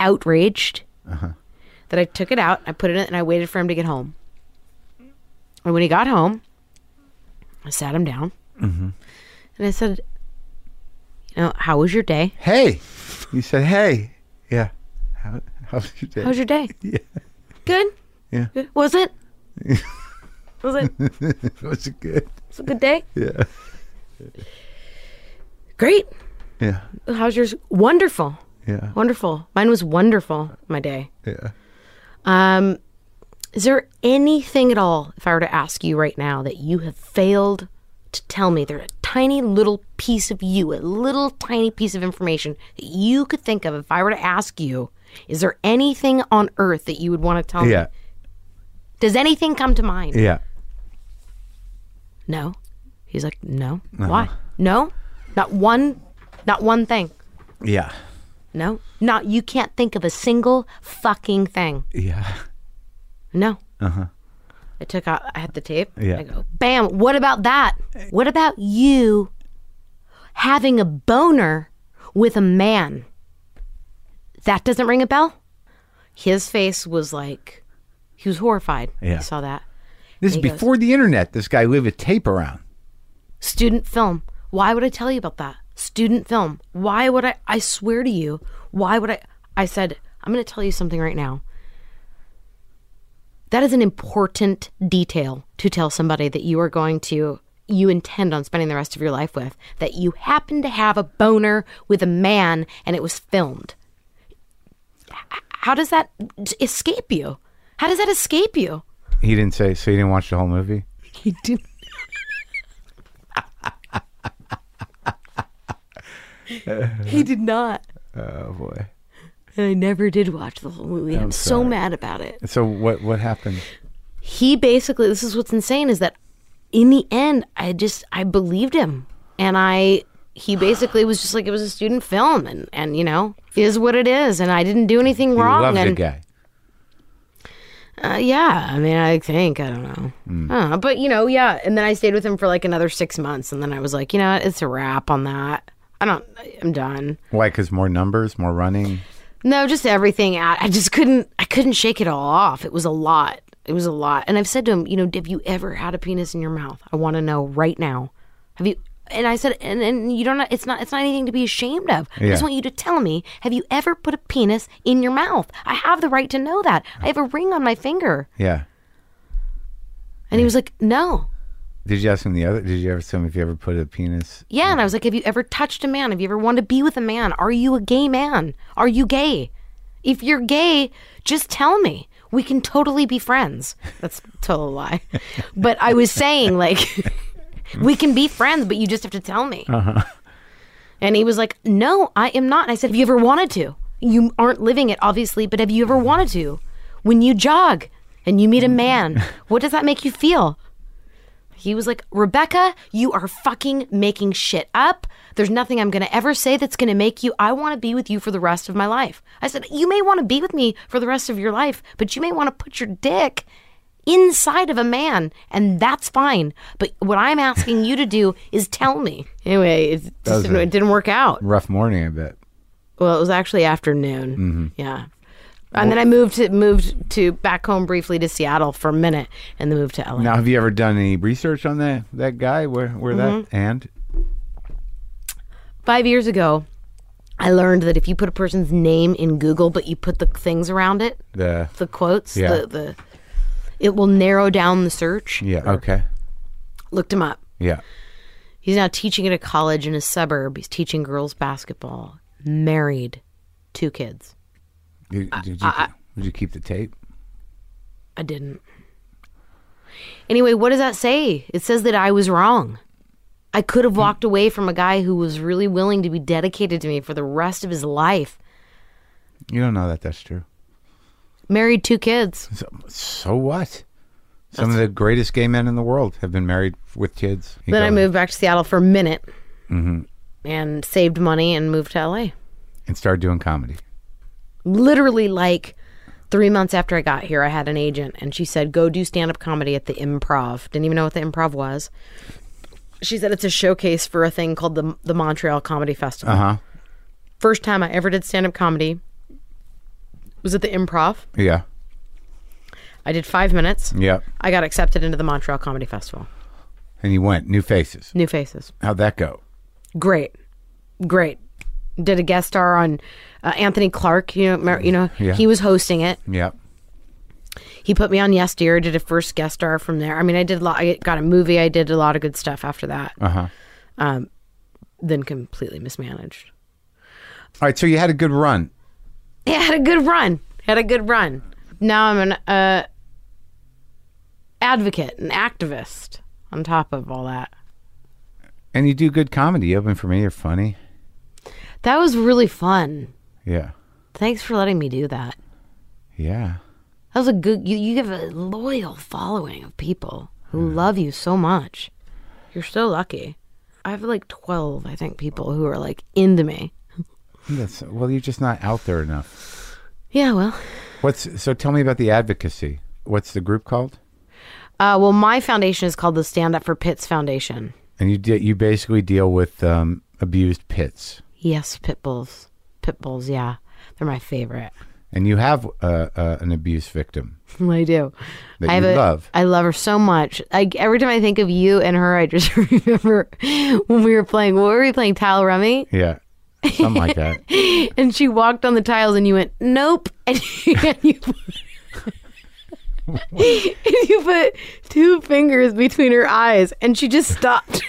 Speaker 3: outraged that I took it out, I put it in and I waited for him to get home. And when he got home, I sat him down. And I said, you know, how was your day?
Speaker 1: Hey. You said, hey. Yeah. How, how's your day?
Speaker 3: How was your day? Yeah. Good?
Speaker 1: Yeah.
Speaker 3: Good. Was it? was it?
Speaker 1: was it good?
Speaker 3: It's a good day.
Speaker 1: Yeah.
Speaker 3: Great.
Speaker 1: Yeah.
Speaker 3: How's yours? Wonderful.
Speaker 1: Yeah.
Speaker 3: Wonderful. Mine was wonderful, my day.
Speaker 1: Yeah.
Speaker 3: Um, is there anything at all, if I were to ask you right now, that you have failed to tell me? There's a tiny little piece of you, a little tiny piece of information that you could think of if I were to ask you, is there anything on earth that you would want to tell me?
Speaker 1: Yeah.
Speaker 3: Does anything come to mind?
Speaker 1: Yeah.
Speaker 3: No. He's like, no.
Speaker 1: Uh-huh.
Speaker 3: Why? No? Not one, not one thing.
Speaker 1: Yeah.
Speaker 3: No. Not you can't think of a single fucking thing.
Speaker 1: Yeah.
Speaker 3: No. Uh-huh. I took out I had the tape.
Speaker 1: Yeah.
Speaker 3: I go, bam, what about that? What about you having a boner with a man? That doesn't ring a bell? His face was like he was horrified.
Speaker 1: Yeah.
Speaker 3: I saw that.
Speaker 1: This is
Speaker 3: He goes-
Speaker 1: before the internet. This guy lived a tape around.
Speaker 3: Student film. Why would I tell you about that? Student film. Why would I? I swear to you. Why would I? I said, I'm going to tell you something right now. That is an important detail to tell somebody that you are going to, you intend on spending the rest of your life with, that you happen to have a boner with a man and it was filmed. H- How does that escape you? How does that escape you?
Speaker 1: He didn't say, so you didn't watch the whole movie?
Speaker 3: He didn't. he did not.
Speaker 1: Oh, boy.
Speaker 3: And I never did watch the whole movie. I'm, so
Speaker 1: sorry.
Speaker 3: mad about it.
Speaker 1: So what what happened?
Speaker 3: He basically, this is what's insane is that in the end, I just, I believed him. And I, he basically was just like, it was a student film and, and you know, is what it is. And I didn't do anything
Speaker 1: he
Speaker 3: wrong.
Speaker 1: loved
Speaker 3: and
Speaker 1: the guy.
Speaker 3: Uh, yeah, I mean, I think I don't know, I don't know. but you know, yeah. And then I stayed with him for like another six months, and then I was like, you know, what? it's a wrap on that. I don't, I'm done.
Speaker 1: Why? Because more numbers, more running.
Speaker 3: No, just everything. I I just couldn't, I couldn't shake it all off. It was a lot. It was a lot. And I've said to him, you know, have you ever had a penis in your mouth? I want to know right now. Have you? And I said, and and you don't. It's not. It's not anything to be ashamed of. I
Speaker 1: Yeah.
Speaker 3: just want you to tell me. Have you ever put a penis in your mouth? I have the right to know that. I have a ring on my finger.
Speaker 1: Yeah.
Speaker 3: And he was like, no.
Speaker 1: Did you ask him the other? Did you ever ask him if you ever put a penis?
Speaker 3: Yeah, and I was like, "Have you ever touched a man? Have you ever wanted to be with a man? Are you a gay man? Are you gay? If you're gay, just tell me. We can totally be friends." That's a total lie, but I was saying like, we can be friends, but you just have to tell me. And he was like, "No, I am not." And I said, "Have you ever wanted to? You aren't living it, obviously, but have you ever wanted to? When you jog and you meet a man, what does that make you feel?" He was like, Rebecca, you are fucking making shit up. There's nothing I'm going to ever say that's going to make you. I want to be with you for the rest of my life. I said, You may want to be with me for the rest of your life, but you may want to put your dick inside of a man, and that's fine. But what I'm asking you to do is tell me. Anyway, it, just
Speaker 1: Doesn't-
Speaker 3: didn't, it didn't work out.
Speaker 1: Rough morning, I bet.
Speaker 3: Well, it was actually afternoon.
Speaker 1: Mm-hmm.
Speaker 3: Yeah. And then I moved to moved to back home briefly to Seattle for a minute, and then moved to LA.
Speaker 1: Now, have you ever done any research on that that guy? Where where that and
Speaker 3: Five years ago, I learned that if you put a person's name in Google, but you put the things around it,
Speaker 1: the
Speaker 3: the quotes,
Speaker 1: Yeah.
Speaker 3: the, the it will narrow down the search.
Speaker 1: yeah okay
Speaker 3: Looked him up.
Speaker 1: yeah
Speaker 3: He's now teaching at a college in a suburb. He's teaching girls basketball. Married, two kids.
Speaker 1: You- did you, would you keep the tape?
Speaker 3: I didn't. Anyway, what does that say? It says that I was wrong. I could have walked away from a guy who was really willing to be dedicated to me for the rest of his life.
Speaker 1: You don't know that that's true.
Speaker 3: Married two kids.
Speaker 1: So, so what? Some of the greatest gay men in the world have been married with kids. You
Speaker 3: then I
Speaker 1: go
Speaker 3: moved back to Seattle for a minute and saved money and moved to LA.
Speaker 1: and started doing comedy.
Speaker 3: Literally, like three months after I got here, I had an agent and she said, Go do stand up comedy at the improv. Didn't even know what the improv was. She said it's a showcase for a thing called the, the Montreal Comedy Festival.
Speaker 1: Uh huh.
Speaker 3: first time I ever did stand up comedy was at the improv.
Speaker 1: Yeah.
Speaker 3: I did five minutes.
Speaker 1: Yep.
Speaker 3: I got accepted into the Montreal Comedy Festival.
Speaker 1: And you went new faces.
Speaker 3: New faces.
Speaker 1: How'd that go?
Speaker 3: Great. Great. Did a guest star on uh, Anthony Clark. You know, mer- you know,
Speaker 1: Yeah.
Speaker 3: he was hosting it.
Speaker 1: Yep.
Speaker 3: He put me on Yes Dear. Did a first guest star from there. I mean, I did a lot. I got a movie. I did a lot of good stuff after that. Um,
Speaker 1: Uh huh. All
Speaker 3: Then completely mismanaged.
Speaker 1: right. So you had a good run.
Speaker 3: Yeah, had a good run. Had a good run. Now I'm an uh, advocate, an activist. On top of all that,
Speaker 1: And you do good comedy. You open for me. You're funny.
Speaker 3: that was really fun.
Speaker 1: Yeah.
Speaker 3: Thanks for letting me do that.
Speaker 1: Yeah.
Speaker 3: That was a good. You you have a loyal following of people who love you so much. You're so lucky. I have like twelve, I think, people who are like into me.
Speaker 1: That's, well, you're just not out there enough.
Speaker 3: Yeah, well,
Speaker 1: What's so? Tell me about the advocacy. What's the group called?
Speaker 3: uh, well, my foundation is called the Stand Up for Pits Foundation.
Speaker 1: And you de- you basically deal with um, abused pits,
Speaker 3: Yes, pit bulls, pit bulls. Yeah, they're my favorite.
Speaker 1: and you have uh, uh, an abuse victim.
Speaker 3: I do.
Speaker 1: That
Speaker 3: I have
Speaker 1: you
Speaker 3: a-
Speaker 1: love.
Speaker 3: I love her so much. Like every time I think of you and her, I just remember when we were playing. What were we playing? Tile Rummy,
Speaker 1: Yeah, something like that.
Speaker 3: and she walked on the tiles, and you went, "Nope," and you, and you, put, and you put two fingers between her eyes, and she just stopped.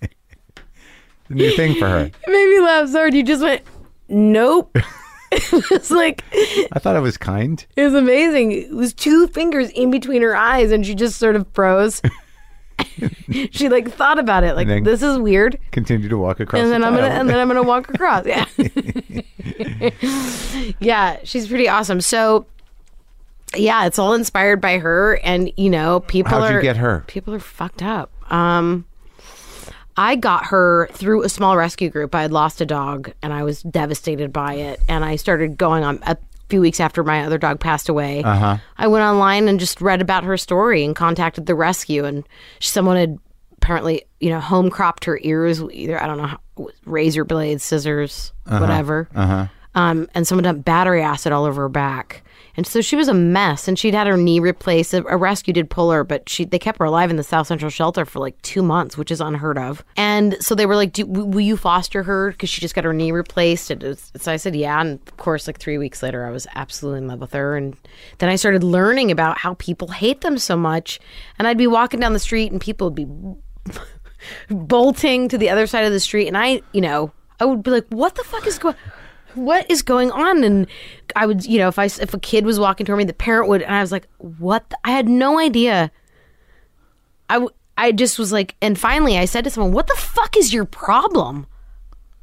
Speaker 1: The new thing for her.
Speaker 3: it made me laugh so hard. You just went, "Nope." it was like
Speaker 1: I thought I was kind.
Speaker 3: It was amazing. It was two fingers in between her eyes, and she just sort of froze. she like thought about it, like
Speaker 1: And then-
Speaker 3: this is weird,
Speaker 1: Continue to walk across.
Speaker 3: and then
Speaker 1: the
Speaker 3: I'm gonna
Speaker 1: tile.
Speaker 3: and then I'm gonna walk across. Yeah, yeah, she's pretty awesome. So, yeah, it's all inspired by her, and you know, people
Speaker 1: How'd
Speaker 3: are
Speaker 1: you get her?
Speaker 3: people are fucked up. Um, I got her through a small rescue group. I had lost a dog and I was devastated by it. And I started going on a few weeks after my other dog passed away. Uh-huh. I went online and just read about her story and contacted the rescue. And someone had apparently, you know, home cropped her ears, with either, I don't know, how, with razor blades, scissors, whatever. Uh-huh. Um, and someone dumped battery acid all over her back. And so she was a mess, and she'd had her knee replaced. A a rescue did pull her, but she they kept her alive in the South Central shelter for like two months, which is unheard of. And so they were like, Do, w- "Will you foster her?" Because she just got her knee replaced. And it was- so I said, "Yeah." And of course, like three weeks later, I was absolutely in love with her. And then I started learning about how people hate them so much. And I'd be walking down the street, and people would be bolting to the other side of the street, and I, you know, I would be like, "What the fuck is going?" what is going on and i would you know if i s- if a kid was walking toward me the parent would and i was like what the, i had no idea i w- i just was like and finally i said to someone what the fuck is your problem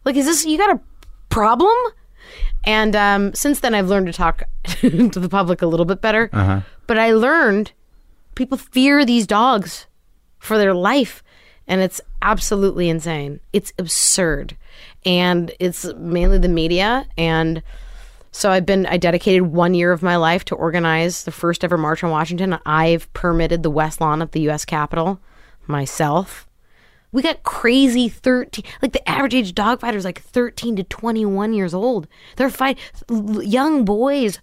Speaker 3: like is this you got a problem and um since then i've learned to talk to the public a little bit better but i learned people fear these dogs for their life and it's absolutely insane it's absurd and it's mainly the media and so i've been i dedicated one year of my life to organize the first ever march on washington i've permitted the west lawn of the us capitol myself we got crazy 13 like the average age dog fighter is like 13 to 21 years old they're fight l- young boys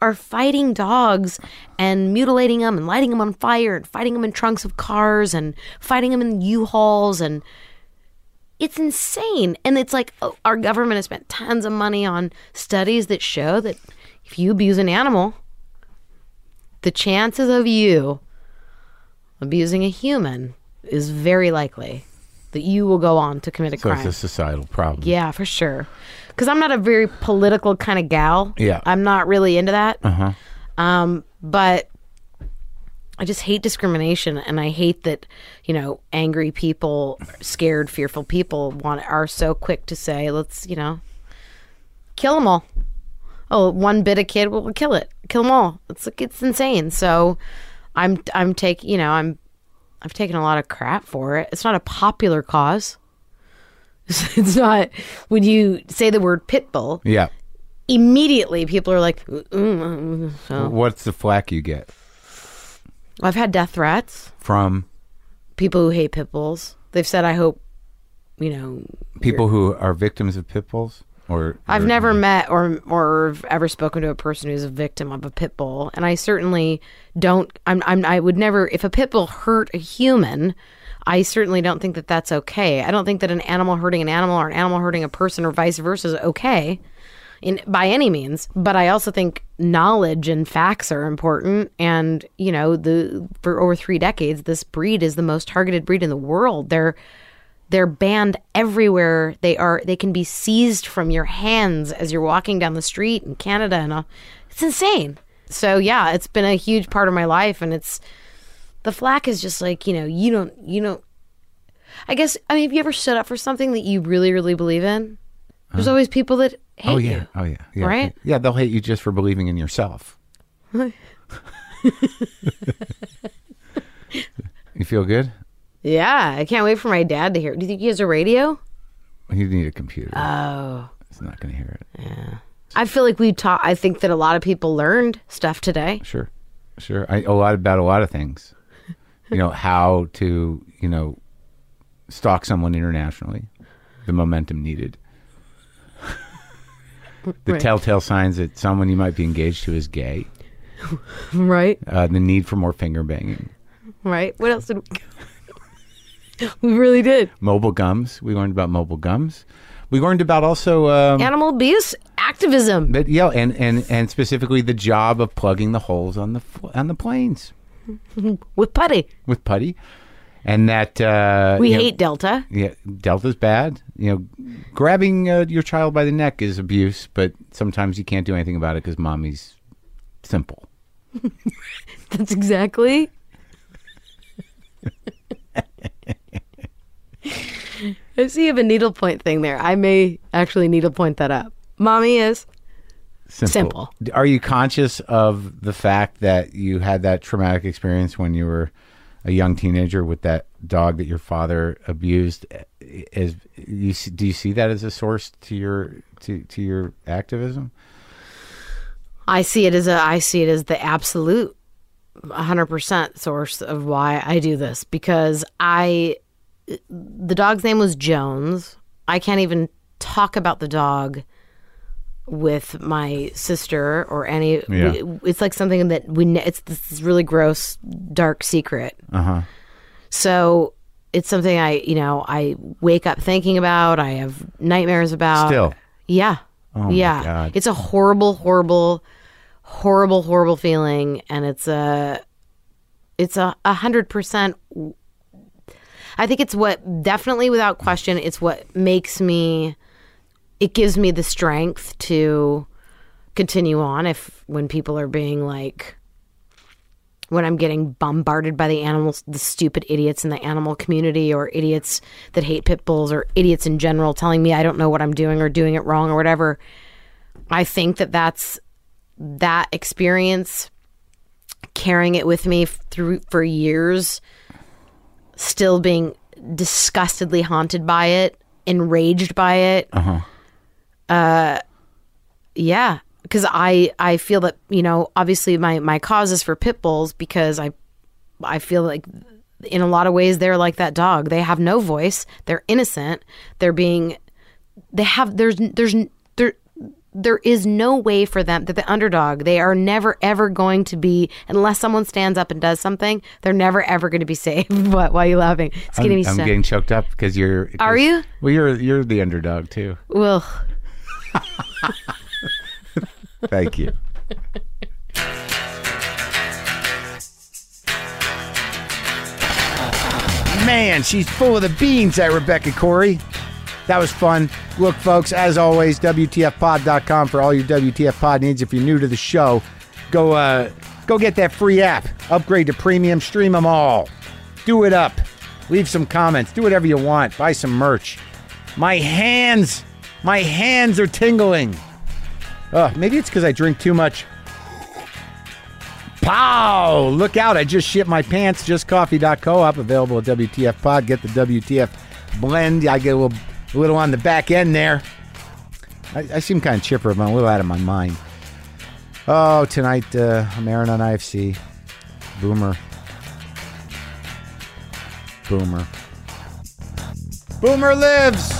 Speaker 3: are fighting dogs and mutilating them and lighting them on fire and fighting them in trunks of cars and fighting them in u-hauls and it's insane and it's like oh, our government has spent tons of money on studies that show that if you abuse an animal the chances of you abusing a human is very likely that you will go on to commit a
Speaker 1: So
Speaker 3: crime.
Speaker 1: it's a societal problem.
Speaker 3: Yeah, for sure. Because I'm not a very political kind of gal.
Speaker 1: Yeah.
Speaker 3: I'm not really into that. Uh-huh. Um, but I just hate discrimination, and I hate that you know angry people, scared, fearful people want are so quick to say, "Let's you know, kill them all." Oh, one bit of kid, well, we'll kill it, kill them all. It's like it's insane. So, I'm I'm taking you know I'm I've taken a lot of crap for it. It's not a popular cause. It's not when you say the word pit bull,
Speaker 1: Yeah.
Speaker 3: immediately people are like, "Mm, mm, mm." so
Speaker 1: What's the flack you get
Speaker 3: I've had death threats.
Speaker 1: from
Speaker 3: People who hate pit bulls, they've said, I hope, you know,
Speaker 1: people who are victims of pit bulls? Or
Speaker 3: I've
Speaker 1: or-
Speaker 3: never met or or have ever spoken to a person who's a victim of a pit bull, and I certainly don't. I'm, I'm I would never if a pit bull hurt a human. I certainly don't think that that's okay. I don't think that an animal hurting an animal or an animal hurting a person or vice versa is okay, in by any means. But I also think knowledge and facts are important. And you know, the for over three decades, this breed is the most targeted breed in the world. They're they're banned everywhere they are they can be seized from your hands as you're walking down the street in canada and all. it's insane so yeah it's been a huge part of my life and it's the flack is just like you know you don't you don't i guess i mean have you ever stood up for something that you really really believe in there's always people that hate
Speaker 1: Uh-huh. Oh yeah.
Speaker 3: you
Speaker 1: Oh yeah. yeah.
Speaker 3: Right?
Speaker 1: Yeah, they'll hate you just for believing in yourself. you feel good?
Speaker 3: yeah i can't wait for my dad to hear it. do you think he has a radio
Speaker 1: You need a computer. Oh. It's not going to hear it.
Speaker 3: i feel like we taught i think that a lot of people learned stuff today
Speaker 1: Sure. Sure. I a lot about a lot of things. You know, how to, you know, stalk someone internationally. The momentum needed. the
Speaker 3: Right.
Speaker 1: telltale signs that someone you might be engaged to is gay.
Speaker 3: right
Speaker 1: Uh, the need for more finger banging.
Speaker 3: right what else did we we really did
Speaker 1: Mobile gums. We learned about mobile gums. We learned about also um,
Speaker 3: animal abuse activism.
Speaker 1: But yeah, and, and, and specifically the job of plugging the holes on the fl- on the planes
Speaker 3: with putty.
Speaker 1: with putty, and that uh,
Speaker 3: We
Speaker 1: you know,
Speaker 3: hate Delta.
Speaker 1: yeah, Delta's bad. You know, grabbing uh, your child by the neck is abuse, but sometimes you can't do anything about it because mommy's simple.
Speaker 3: That's exactly. I see you have a needlepoint thing there. I may actually needlepoint that up. Mommy is. Simple.
Speaker 1: Are you conscious of the fact that you had that traumatic experience when you were a young teenager with that dog that your father abused? As you see- do you see that as a source to your to to your activism?
Speaker 3: I see it as a. I see it as the absolute, hundred percent source of why I do this because I, the dog's name was Jones. I can't even talk about the dog with my sister or any.
Speaker 1: Yeah.
Speaker 3: we- it's like something that we. ne- It's this really gross, dark secret. Uh huh.
Speaker 1: Uh-huh.
Speaker 3: So. It's something I, you know, I wake up thinking about. I have nightmares about.
Speaker 1: Still. Oh,
Speaker 3: Yeah. yeah.
Speaker 1: God.
Speaker 3: It's a horrible, horrible, horrible, horrible feeling, and it's a, it's a a hundred percent. I think it's what definitely without question. It's what makes me. It gives me the strength to continue on if when people are being like when I'm getting bombarded by the animals, the stupid idiots in the animal community or idiots that hate pit bulls or idiots in general telling me I don't know what I'm doing or doing it wrong or whatever. I think that that's that experience carrying it with me f- through for years, still being disgustedly haunted by it, enraged by it. Uh-huh. Uh yeah, cuz I I feel that, you know, obviously my my cause is for pit bulls because I I feel like in a lot of ways they're like that dog. They have no voice. They're innocent. They're being they have there's there's there there is no way for them that the underdog they are never ever going to be unless someone stands up and does something they're never ever going to be saved what why are you laughing it's getting
Speaker 1: I'm,
Speaker 3: me
Speaker 1: I'm
Speaker 3: so
Speaker 1: getting choked up because you're. 'cause-
Speaker 3: Are you?
Speaker 1: Well, you're you're the underdog too.
Speaker 3: well
Speaker 1: Thank you. Man, she's full of the beans, that Rebecca Corey. That was fun. Look, folks, as always, WTFpod.com for all your WTF pod needs. If you're new to the show, go uh, go get that free app. Upgrade to premium, stream them all. Do it up. Leave some comments. Do whatever you want. Buy some merch. My hands, my hands are tingling. Uh, maybe it's because I drink too much. Pow! Look out, I just shit my pants. Just JustCoffee.coop, available at WTF Pod. Get the WTF blend. I get a little, a little on the back end there. I, I seem kind of chipper, but I'm a little out of my mind. Oh, tonight, uh, I'm airing on IFC. Boomer. Boomer. Boomer lives!